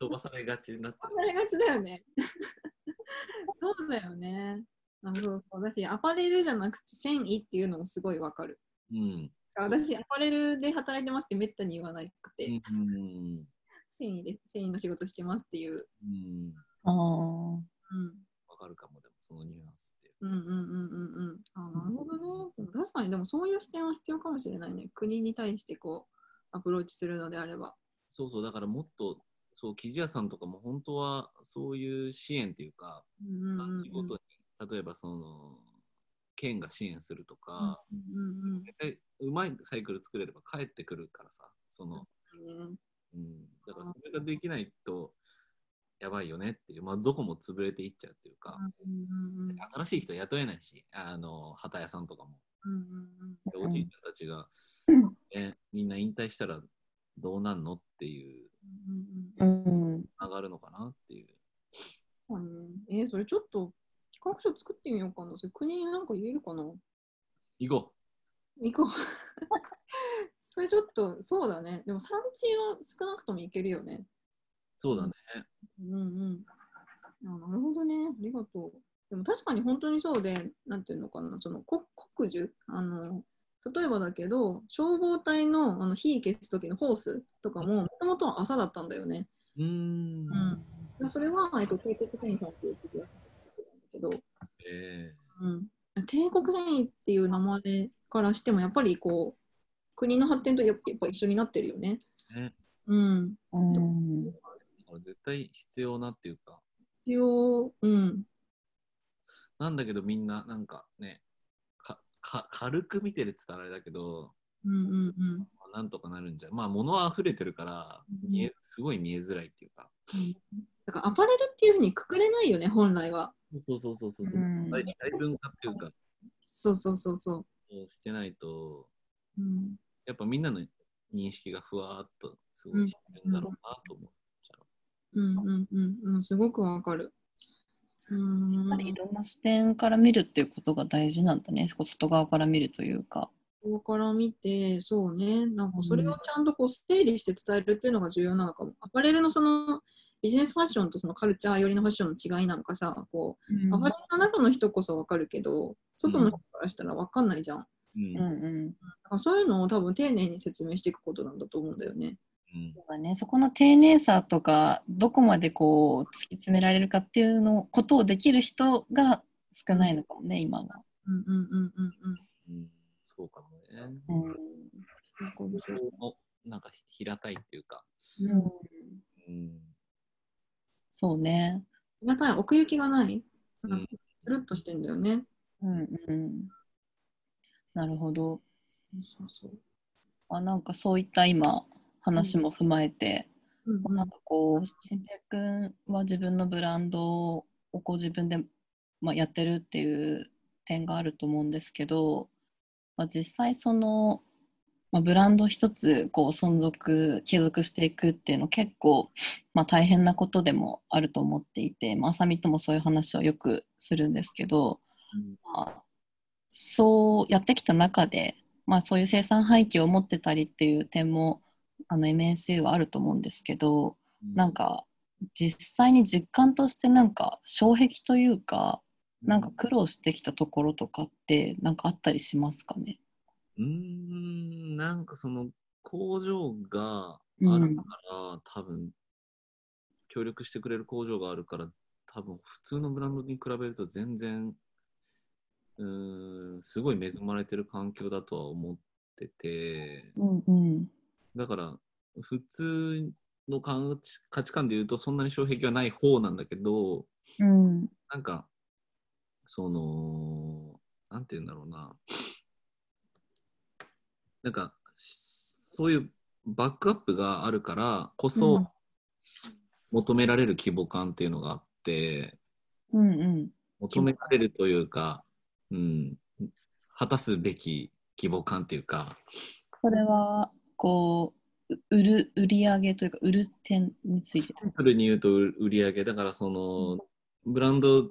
飛ばされがちになって
されがちだよね。 <laughs> そうだよね。あそうそう私アパレルじゃなくて繊維っていうのもすごいわかる。
うん。
私アパレルで働いてますってめったに言わなくて、
うん。
繊維で繊維の仕事してますっていう。
うん。
あー
うん
わかるかも、でも、そのニュアンスって。
うんうんうんうんうん。あなるほどね。でも確かに、でもそういう視点は必要かもしれないね。国に対してこう、アプローチするのであれば。
そうそう、だからもっと、そう、生地屋さんとかも本当は、そういう支援っていうか、
うんうんうんうん
仕事に、例えばその、県が支援するとか、
うんうん
絶対うまいサイクル作れれば帰ってくるからさ、その、
うんね
うん。だからそれができないと、やばいよねっていう、まあ、どこも潰れていっちゃうっていうか、
うんうんうん
新しい人雇えないし、あの、旗屋さんとかも。
うんうん
でおじいちゃんたちが、
うん
えみんな引退したらどうなんのっていう、
うん
う
うん
ん
上がるのかなっていう。
そうねえーそれちょっと企画書作ってみようかな。それ国になんか言えるかな
行こ
行 <laughs> こう。それちょっと、そうだね。でも産地は少なくともいけるよね。
うそうだね。
うんうん。あなるほどね。ありがとう。でも確かに本当にそうで、なんていうのかな、そのこ国樹あの、例えばだけど、消防隊のあの火消す時のホースとかも、もともとは朝だったんだよね。
うーん。
うん、それは、えっと、帝国繊維さんっていう企業さんが作ってるんだけど、
え
うん、帝国繊維っていう名前からしても、やっぱりこう、国の発展とやっぱやっぱ一緒になってるよね。
ね
うん。
うん
ーだから絶対必要なっていうか、
一応、うん。
なんだけどみんななんかね、かか軽く見てるって言ったらあれだけど、
うんうんうん。
まあなんとかなるんじゃん。まあ物は溢れてるから
うん
見え、すごい見えづらいっていうか。
だからアパレルっていうふうにくくれないよね、本来は。
そうそうそうそう
う。ん
大分化っていうか、
そうそうそうそ
そうしてないと、
う。うん、
やっぱみんなの認識がふわーっとすごいしてるんだろうなと思う。
うん、うん、うん、もうすごくわかる。うーん
やっぱりいろんな視点から見るっていうことが大事なんだね外側から見るというか。
ここから見て、そうね、なんかそれをちゃんとこう整理して伝えるっていうのが重要なのかも。アパレルのそのビジネスファッションとそのカルチャー寄りのファッションの違いなんかさ、こう、アパレルの中の人こそわかるけど、外の人からしたら分かんないじゃん。
うん
うんうん
だからそういうのを多分丁寧に説明していくことなんだと思うんだよね。
うん
そうだね、そこの丁寧さとかどこまでこう突き詰められるかっていうのことをできる人が少ないのかもね今は。
うんうんうんうんうん。
うんそうかもね。
うん
なんか面白い
おなんか平たいっていうか、
うん
うん
そうね。
平たい奥行きがない。
ん
なんかつるっとしてんだよね。
うんうん、なるほど
そうそう
あ。なんかそういった今話も踏まえて、
うんうん
なんかこう新平君は自分のブランドをこう自分で、まあ、やってるっていう点があると思うんですけど、まあ、実際その、まあ、ブランド一つこう存続継続していくっていうの結構、まあ、大変なことでもあると思っていて、まあさみともそういう話をよくするんですけど、まあ、そうやってきた中で、まあ、そういう生産廃棄を持ってたりっていう点もあの MSU はあると思うんですけど、なん、か実際に実感としてなんか障壁というかなんか苦労してきたところとかってなんかあったりしますかね
うーん、なんかその工場が
うん
あるから、多分協力してくれる工場があるから、多分普通のブランドに比べると全然、うーん、すごい恵まれてる環境だとは思ってて、
うんうん
だから普通の価値価値観で言うとそんなに障壁はない方なんだけど、
うん
なんか、その、なんて言うんだろうな。なんか、しそういうバックアップがあるからこ
う
そ
ん、
求められる規模感っていうのがあって、
うんうん
求められるというか、うん、果たすべき規模感っていうか、
それはこうう売る売り上げというか売る点について
シンプルに言うと売売り上げ、だからその、ブランド、フ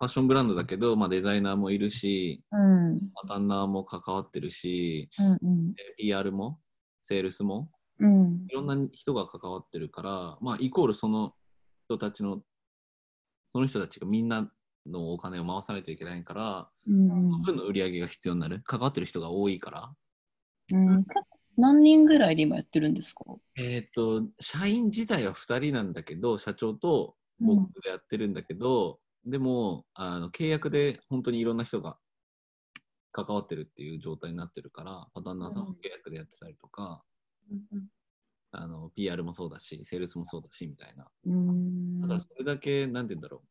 ァッションブランドだけど、まあ、デザイナーもいるし、
うんうん
ダンナーも関わってるし、
うん
で PR もセールスも
うん
いろんな人が関わってるから、まあ、イコールその人たちのその人たちがみんなのお金を回さないといけないから、
うん
その分の売り上げが必要になる関わってる人が多いから
うん結構何人ぐらいで今やってるんですか
えっ、と社員自体は2人なんだけど社長と僕がやってるんだけど、でもあの契約で本当にいろんな人が関わってるっていう状態になってるから、まあ、旦那さんも契約でやってたりとか、
うんうん
あの PR もそうだしセールスもそうだしみたいな
うん
だからそれだけ、なんて言うんだろう。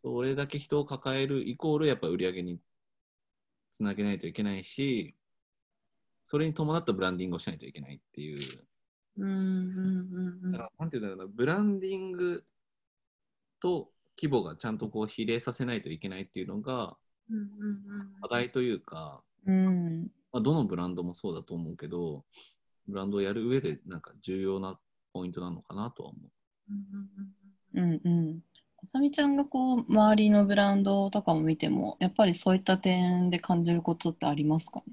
それだけ人を抱えるイコール、やっぱ売り上げにつなげないといけないし、それに伴ったブランディングをしないといけないっていう。
うんうんうんうん
だからなんて言うんだろうな、ブランディングと規模がちゃんとこう比例させないといけないっていうのが
うんうん
課題というか、
うん
まあ、どのブランドもそうだと思うけど、ブランドをやる上でなんか重要なポイントなのかなとは思う。
うんう
うん
ん
うん。あさみちゃんがこう周りのブランドとかも見てもやっぱりそういった点で感じることってありますかね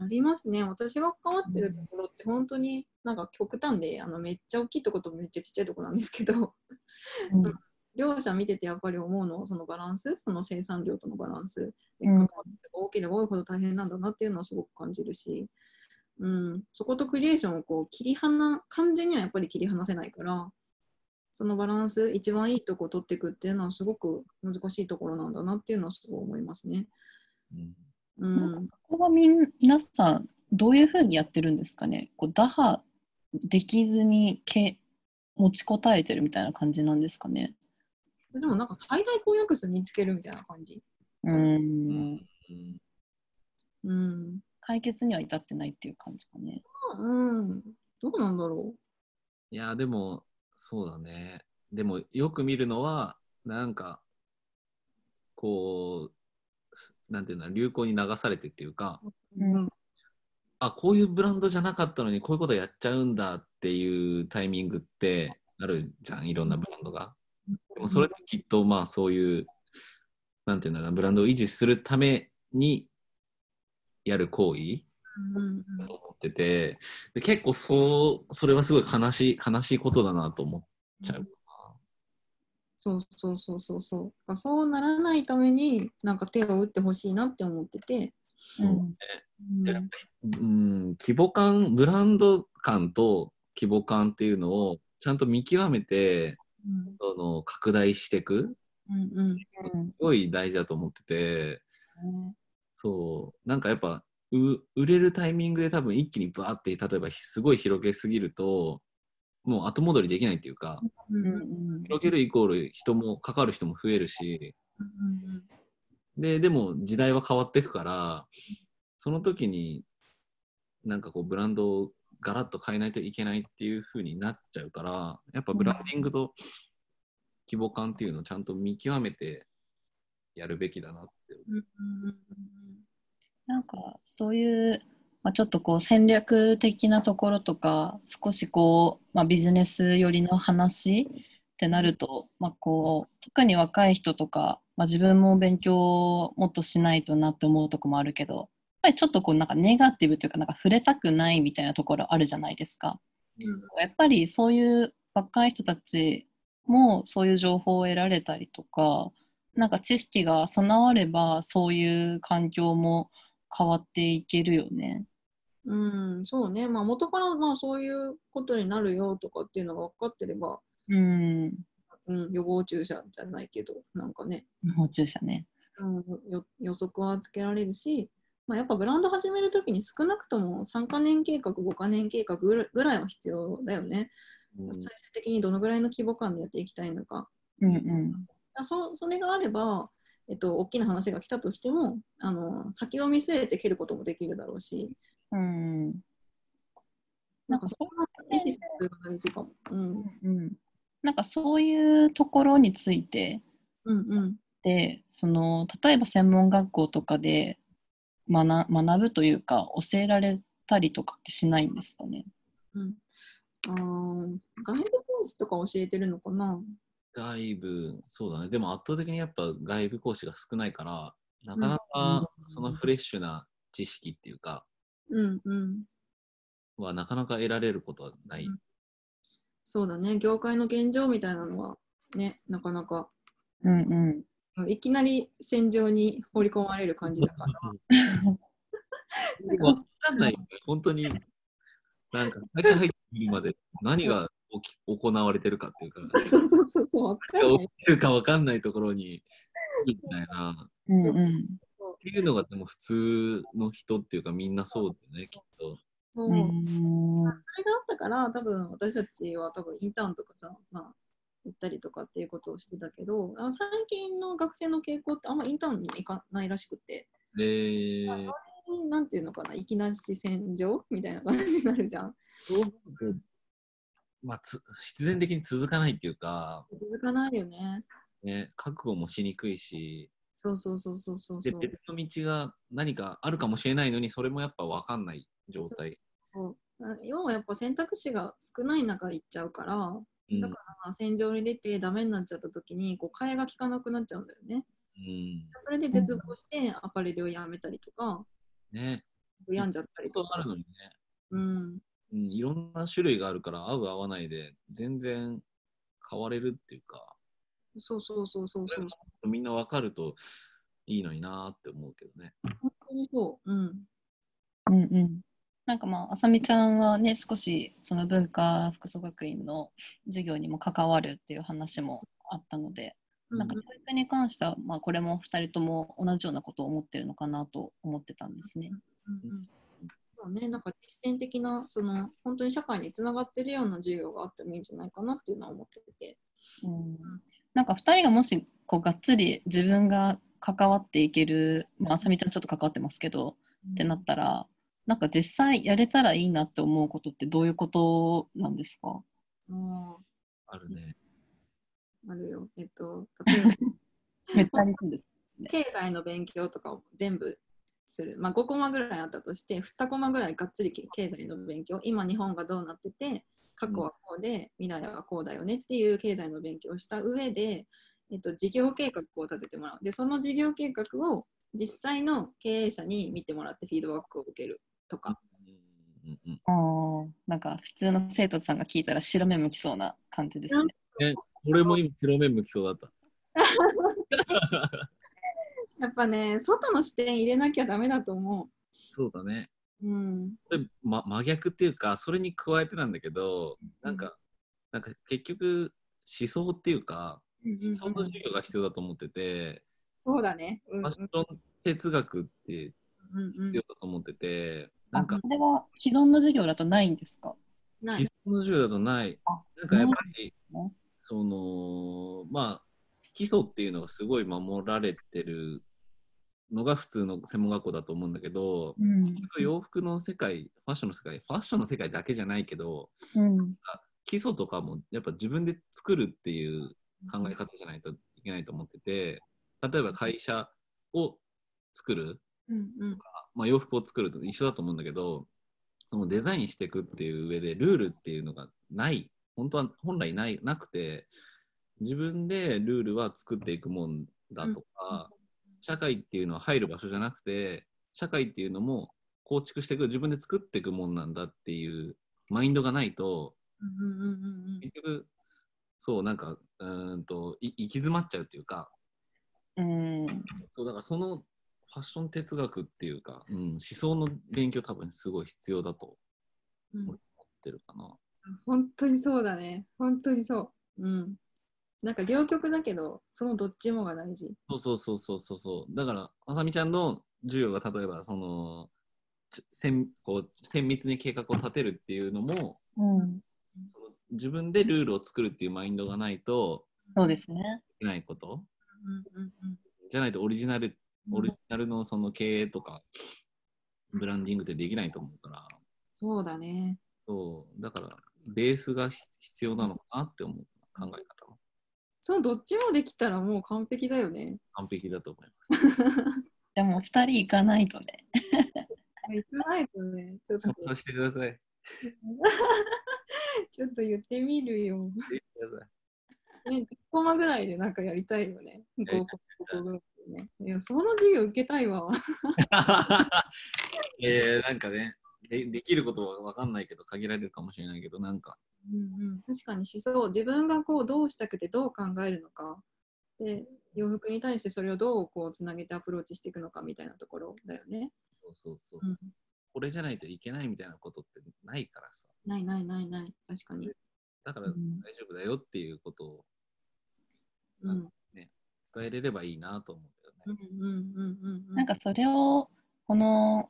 ありますね。私が関わってるところって本当になんか極端で、あのめっちゃ大きいとこともめっちゃちっちゃいとこなんですけど、
うん
両者見ててやっぱり思うのはそのバランス、その生産量とのバランスで、
うん
関わって大きければ多いほど大変なんだなっていうのはすごく感じるし、うん、そことクリエーションをこう切り離、完全にはやっぱり切り離せないから、そのバランス、一番いいとこ取っていくっていうのはすごく難しいところなんだなっていうのはすごい思いますね。
うん
う
なん
ん、
ここはみん皆さんどういうふうにやってるんですかねこう打破できずにけ持ちこたえてるみたいな感じなんですかね
でもなんか最大公約数見つけるみたいな感じ。
う
うんうん
うん。
解決には至ってないっていう感じかね
うん。どうなんだろ
いやー、でも、そうだね。でも、よく見るのは、なんか、こう、すなんていうの、流行に流されてっていうか、
う。
うん
あ、こういうブランドじゃなかったのに、こういうことやっちゃうんだっていうタイミングってあるじゃん、いろんなブランドが。でも、それってきっと、まあ、そういう、なんていうんだろうな、ブランドを維持するためにやる行為
うんうん
と思ってて、で結構そう、それはすごい悲しい、悲しいことだなと思っちゃう。
そうそうそうそうそうだからそうならないためになんか手を打ってほしいなって思ってて、
そうね
うん
やっぱりうん、規模感、ブランド感と規模感っていうのをちゃんと見極めて、
うん
その拡大していく、
うんうん
うん
すごい大事だと思ってて、
ね
そう、なんかやっぱ、う売れるタイミングで多分一気にバーって、例えばすごい広げすぎると、もう後戻りできないっていうか、
うん
う
うん
んうん
広げるイコール人も、かかる人も増えるし、
うん
で、でも時代は変わっていくから、その時になんかこうブランドをガラッと変えないといけないっていう風になっちゃうから、やっぱブランディングと規模感っていうのをちゃんと見極めてやるべきだなって。
うんうん
なんかそういう、まあ、ちょっとこう戦略的なところとか少しこう、まあ、ビジネス寄りの話ってなると、まあ、こう特に若い人とか、まあ、自分も勉強をもっとしないとなって思うとこもあるけどやっぱりちょっとこうなんかネガティブというかなんか触れたくないみたいなところあるじゃないですか。やっぱりそういう若い人たちもそういう情報を得られたりとか、なんか知識が備わればそういう環境も変わっていけるよね。
うん、うんそうね、まあ、元からまあそういうことになるよとかっていうのが分かってれば、
うん。
うん、予防注射じゃないけどなんかね、
もう注射ね。
うん、よ予測はつけられるし、まあ、やっぱブランド始めるときに少なくとも3か年計画5か年計画ぐらぐらいは必要だよね、
うん
最終的にどのぐらいの規模感でやっていきたいのか
うんうん。
あそそれがあれば、えっと、大きな話が来たとしてもあの先を見据えて蹴ることもできるだろうし
うん。
なんかそこの意思疎通が大事かも、うん、
うん。なんかそういうところについて、
うんうん
でその例えば専門学校とかで学学ぶというか教えられたりとかってしないんですかね。
うんあー外部講師とか教えてるのかな
外部、そうだね。でも圧倒的にやっぱ外部講師が少ないから、なかなかそのフレッシュな知識っていうか、
うんうん
はなかなか得られることはない。
そうだね、業界の現状みたいなのは、ね、なかなか、
うんうん。
いきなり戦場に放り込まれる感じだから。
わかんないよね。本当に、なんか、会社入ってくるまで何が起き行われてるかっていうか、何
そうそうそうそう、わかん
が
な
起
い。
きてるかわかんないところに、みたいな。っ
うんうん。
ていうのが、でも普通の人っていうか、みんなそうだよね、きっと。
そうう、
ー
そ
ん
れがあったから、多分私たちは多分インターンとかさ、まあ、行ったりとかっていうことをしてたけど、あ最近の学生の傾向ってあんまインターンにも行かないらしくて、
で、
なんていうのかな、いきなし戦場みたいな感じになるじゃん。
そう思うと、まあ、つ必然的に続かないっていうか、
続かないよね。
ね、覚悟もしにくいし、
そうそうそうそうそう
で
そう。
別の道が何かあるかもしれないのに、それもやっぱ分かんない状態。
そうあ要はやっぱ選択肢が少ない中行っちゃうから、
うん
だから戦場に出てダメになっちゃった時にこう替えが効かなくなっちゃうんだよね。
うん
それで絶望してアパレルをやめたりとか、
ね、
病んじゃった
本
り
当
と
はある。
か
のにね、
うん、
うん、いろんな種類があるから合う合わないで全然変われるっていうか
そうそうそうそうそう。
みんな分かるといいのになーって思うけどね。
本当にそう。うん。
うんうん。なんかまあ、あさみちゃんはね、少しその文化服装学院の授業にも関わるっていう話もあったので、なんか教育に関しては、まあ、これも2人とも同じようなことを思ってるのかなと思ってたんですね。
うんうんそうね、なんか実践的なその本当に社会につながってるような授業があってもいいんじゃないかなっていうのは思ってて、
うん、なんか2人がもしこうがっつり自分が関わっていける、まああさみちゃんちょっと関わってますけど、ってなったら、なんか実際やれたらいいなって思うことってどういうことなんですか
も
あるね。
うあるよ。えっと例えば
めっちゃありそうです。
経済の勉強とかを全部する、まあ、5コマぐらいあったとして2コマぐらいがっつり経済の勉強今日本がどうなってて過去はこうで未来はこうだよねっていう経済の勉強をした上で、えっと、事業計画を立ててもらうでその事業計画を実際の経営者に見てもらってフィードバックを受けるとか
うんうんうん
あーなんか普通の生徒さんが聞いたら白目向きそうな感じですね。
ね、俺も今、白目向きそうだった。
やっぱね、外の視点入れなきゃダメだと思
そうだね。
う。うん。
これ、ま、真逆っていうか、それに加えてなんだけど、なんか、なんか結局、思想っていうか、
うん
思想の授業が必要だと思ってて、
そうだね。うん
ファッション哲学って
うんうん
必要だと思ってて、な
あ
んか、
それは既存の授業だとないんですか
な
既
い。
存の授業だとない
あ。
なんかやっぱり
ね、
その、まあ、基礎っていうのがすごい守られてるのが普通の専門学校だと思うんだけど、
うん
結局洋服の世界、ファッションの世界、ファッションの世界だけじゃないけど、
うん
基礎とかもやっぱ自分で作るっていう考え方じゃないといけないと思ってて、例えば会社を作る、
うんうん
まあ、洋服を作ると一緒だと思うんだけど、そのデザインしていくっていう上でルールっていうのがない、本当は本来ないなくて、自分でルールは作っていくもんだとか、社会っていうのは入る場所じゃなくて、社会っていうのも構築していく、自分で作っていくもんなんだっていうマインドがないと、
うんうんうんうん
結局、そう、なんか、うーんと、い行き詰まっちゃうっていうか、
うん
そう、だからそのファッション哲学っていうか、うん、思想の勉強多分すごい必要だと
うんうん。
思ってるかな。
本当にそうだね。本当にそう。うん。なんか両極だけど、そのどっちもが大事。
そうそうそうそうそうそう。だから、あさみちゃんの授業が例えば、その、ちせんこう綿密に計画を立てるっていうのも
うん
その自分でルールを作るっていうマインドがないと
そうですね
いけないこと
うんうんうん
じゃないとオリジナル
うん
オリジナルのその経営とかブランディングってできないと思うから
そうだね。
そう、だから、ベースがひ必要なのかなって思う、考え方も
そのどっちもできたらもう完璧だよね。
完璧だと思い
でも二人行かないとね
行かないとね、ちょっと
ま、す。 <laughs> そうしてください。
ちょっと言ってみるよ。
してください
ね、10コマぐらいでなんかやりたいよね。5個、5個ぐらいでね。いや、その授業受けたいわ。
<laughs> えー、なんかねで、できることは分かんないけど、限られるかもしれないけど、なんか、
うんうん、確かに思想自分がこうどうしたくてどう考えるのかで洋服に対してそれをどうこうつなげてアプローチしていくのかみたいなところだよね。
そうそうそう、
うん
これじゃないといけないみたいなことってないからさ、
ないないないない確かに。
だから大
ん
丈夫だよっていうことを
うんうん
伝えれればいいなと思うけ
う
ど
ん
ね。
うんうんうん。
なんかそれをこの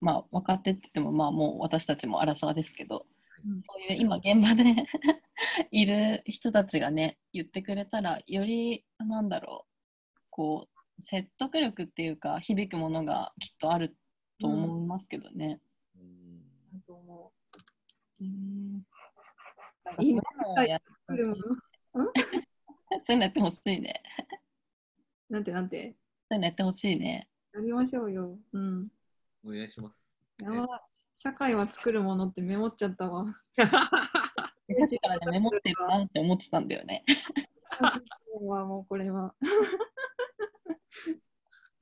まあ若手って言ってもまあもう私たちも荒沢ですけど
うん
そういう今現場で <laughs> いる人たちがね言ってくれたらよりなんだろうこう説得力っていうか響くものがきっとあると思いますけどね。
うん
だと思う。ね
なんかそういうのをやって
え
ほし <laughs>
でも
いそういうのやってほしいね。
なんてなんて
そういうのやってほしいね。
やりましょうよ。うん。
お願いし <laughs> ます。
やばい社会は作るものってメモっちゃったわ。 <laughs>
さっきからねメモってるなって思ってたんだよね。
はもうこれは。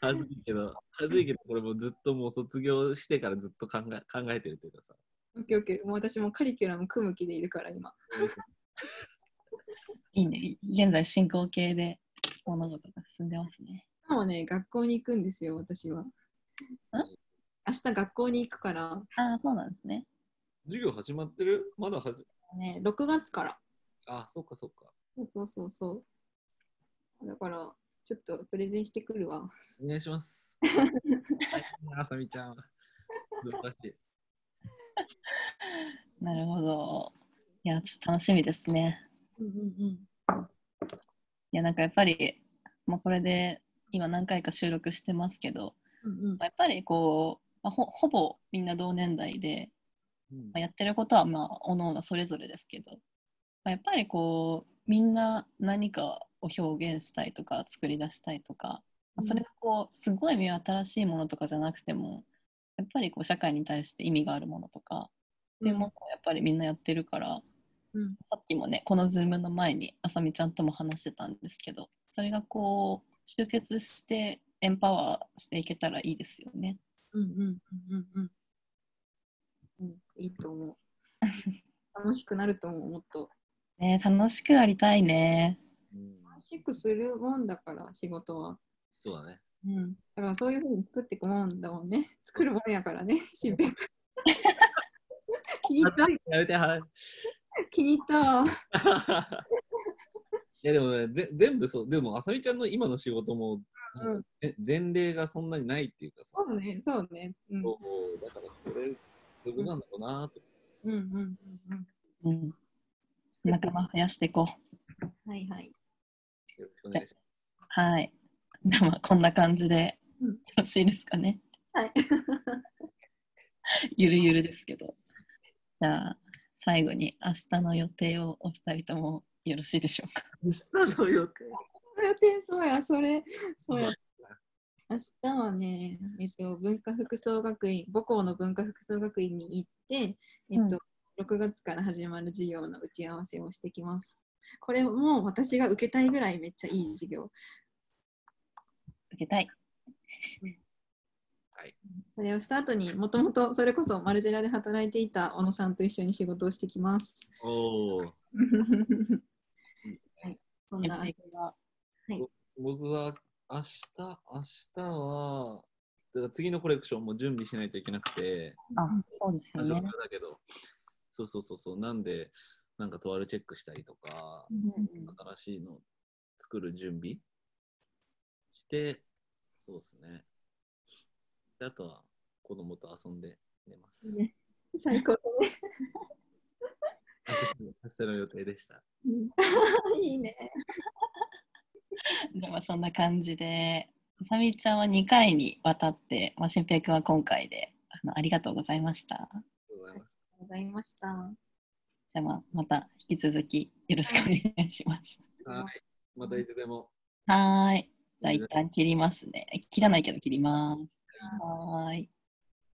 はずいけど、はずいけど、これもうずっともう卒業してからずっと考え考えてるというかさ。
オッケーオッケー。もう私もカリキュラム組む気でいるから今。
いいね。現在進行形で物事が進んでますね。
今日はね、学校に行くんですよ、私は。明日学校に行くから、
ああそうなんですね。
授業始まってるまだ始
ね、6月から。
あ、そっかそっか。
そうそうそうそう。だから、ちょっとプレゼンしてくるわ。
お願いします。あさみちゃん。難しい。
なるほど。いやちょっと楽しみですね。
うんうんうん。
いやなんかやっぱり、まあ、これで今何回か収録してますけど、
うんうん
まあ、やっぱりこう、まあ、ほほぼみんな同年代で、
うん
まあ、やってることはまあおののそれぞれですけど、まあ、やっぱりこうみんな何かを表現したいとか作り出したいとか、まあ、それがこうすごい目新しいものとかじゃなくてもやっぱりこう社会に対して意味があるものとかっていうものをやっぱりみんなやってるから、
うん
さっきもねこのズームの前にあさみちゃんとも話してたんですけどそれがこう集結してエンパワーしていけたらいいですよね。
うんうんうんうん <laughs> うん。うん、いいと思う。楽しくなると思う、もっと。
ね、楽しくありたいね。
うん
楽しくするもんだから、仕事は。
そうだね。
うん。だからそういうふうに作っていくもんだもんね。作るもんやからね、新平君。 <laughs> 気に入った、
やめて、はい。
気に入ったわ。
いやでもね、ぜ全部そう、でも、あさみちゃんの今の仕事も、
うん
なんかぜ前例がそんなにないっていうかさ、
そうね、そうね。うん、
そう、だからそれ、そういうことなんだろうなと。
うん、うん、うんうん。
うん。仲間増やしていこう。
はいはい。
よろしくお願いします。
はい。 <laughs> じゃあまあこんな感じで
うん
よろしいですかね。 <laughs>
<laughs> はい。
ゆるゆるですけど。じゃあ最後に明日の予定をお二人ともよろしいでしょうか。
明日の予定。
予定そうや、それ、そうや。明日はね、えっと、文化服装学院、母校の文化服装学院に行って、えっと、6月から始まる授業の打ち合わせをしてきます。これも私が受けたいぐらいめっちゃいい授業。
受けたい。
それをした後にもともとそれこそマルジェラで働いていた小野さんと一緒に仕事をしてき <laughs> ます。
おお。
はい、そんな感じが
僕は明日、明日は、てか次のコレクションも準備しないといけなくて、
あ、そうです
ま
よ
あ状
ね
況だ。けど、そうそうそうそう、なんで、なんかとあるチェックしたりとか、新しいの作る準備して、そうですね。であとは子供と遊んで寝ます。
ね最高だね。
<laughs> 明日の予定でした。
うんいいね。
ではそんな感じで、あさみちゃんは2回にわたって、まあ、新平君は今回であのありがとうございました。
ありがとうございます。
ありがとうございました。
じゃあまあまた引き続きよろしくお願いします。
はい。またいつでも。
はーい。じゃあ一旦切りますね。切らないけど切ります。はーい。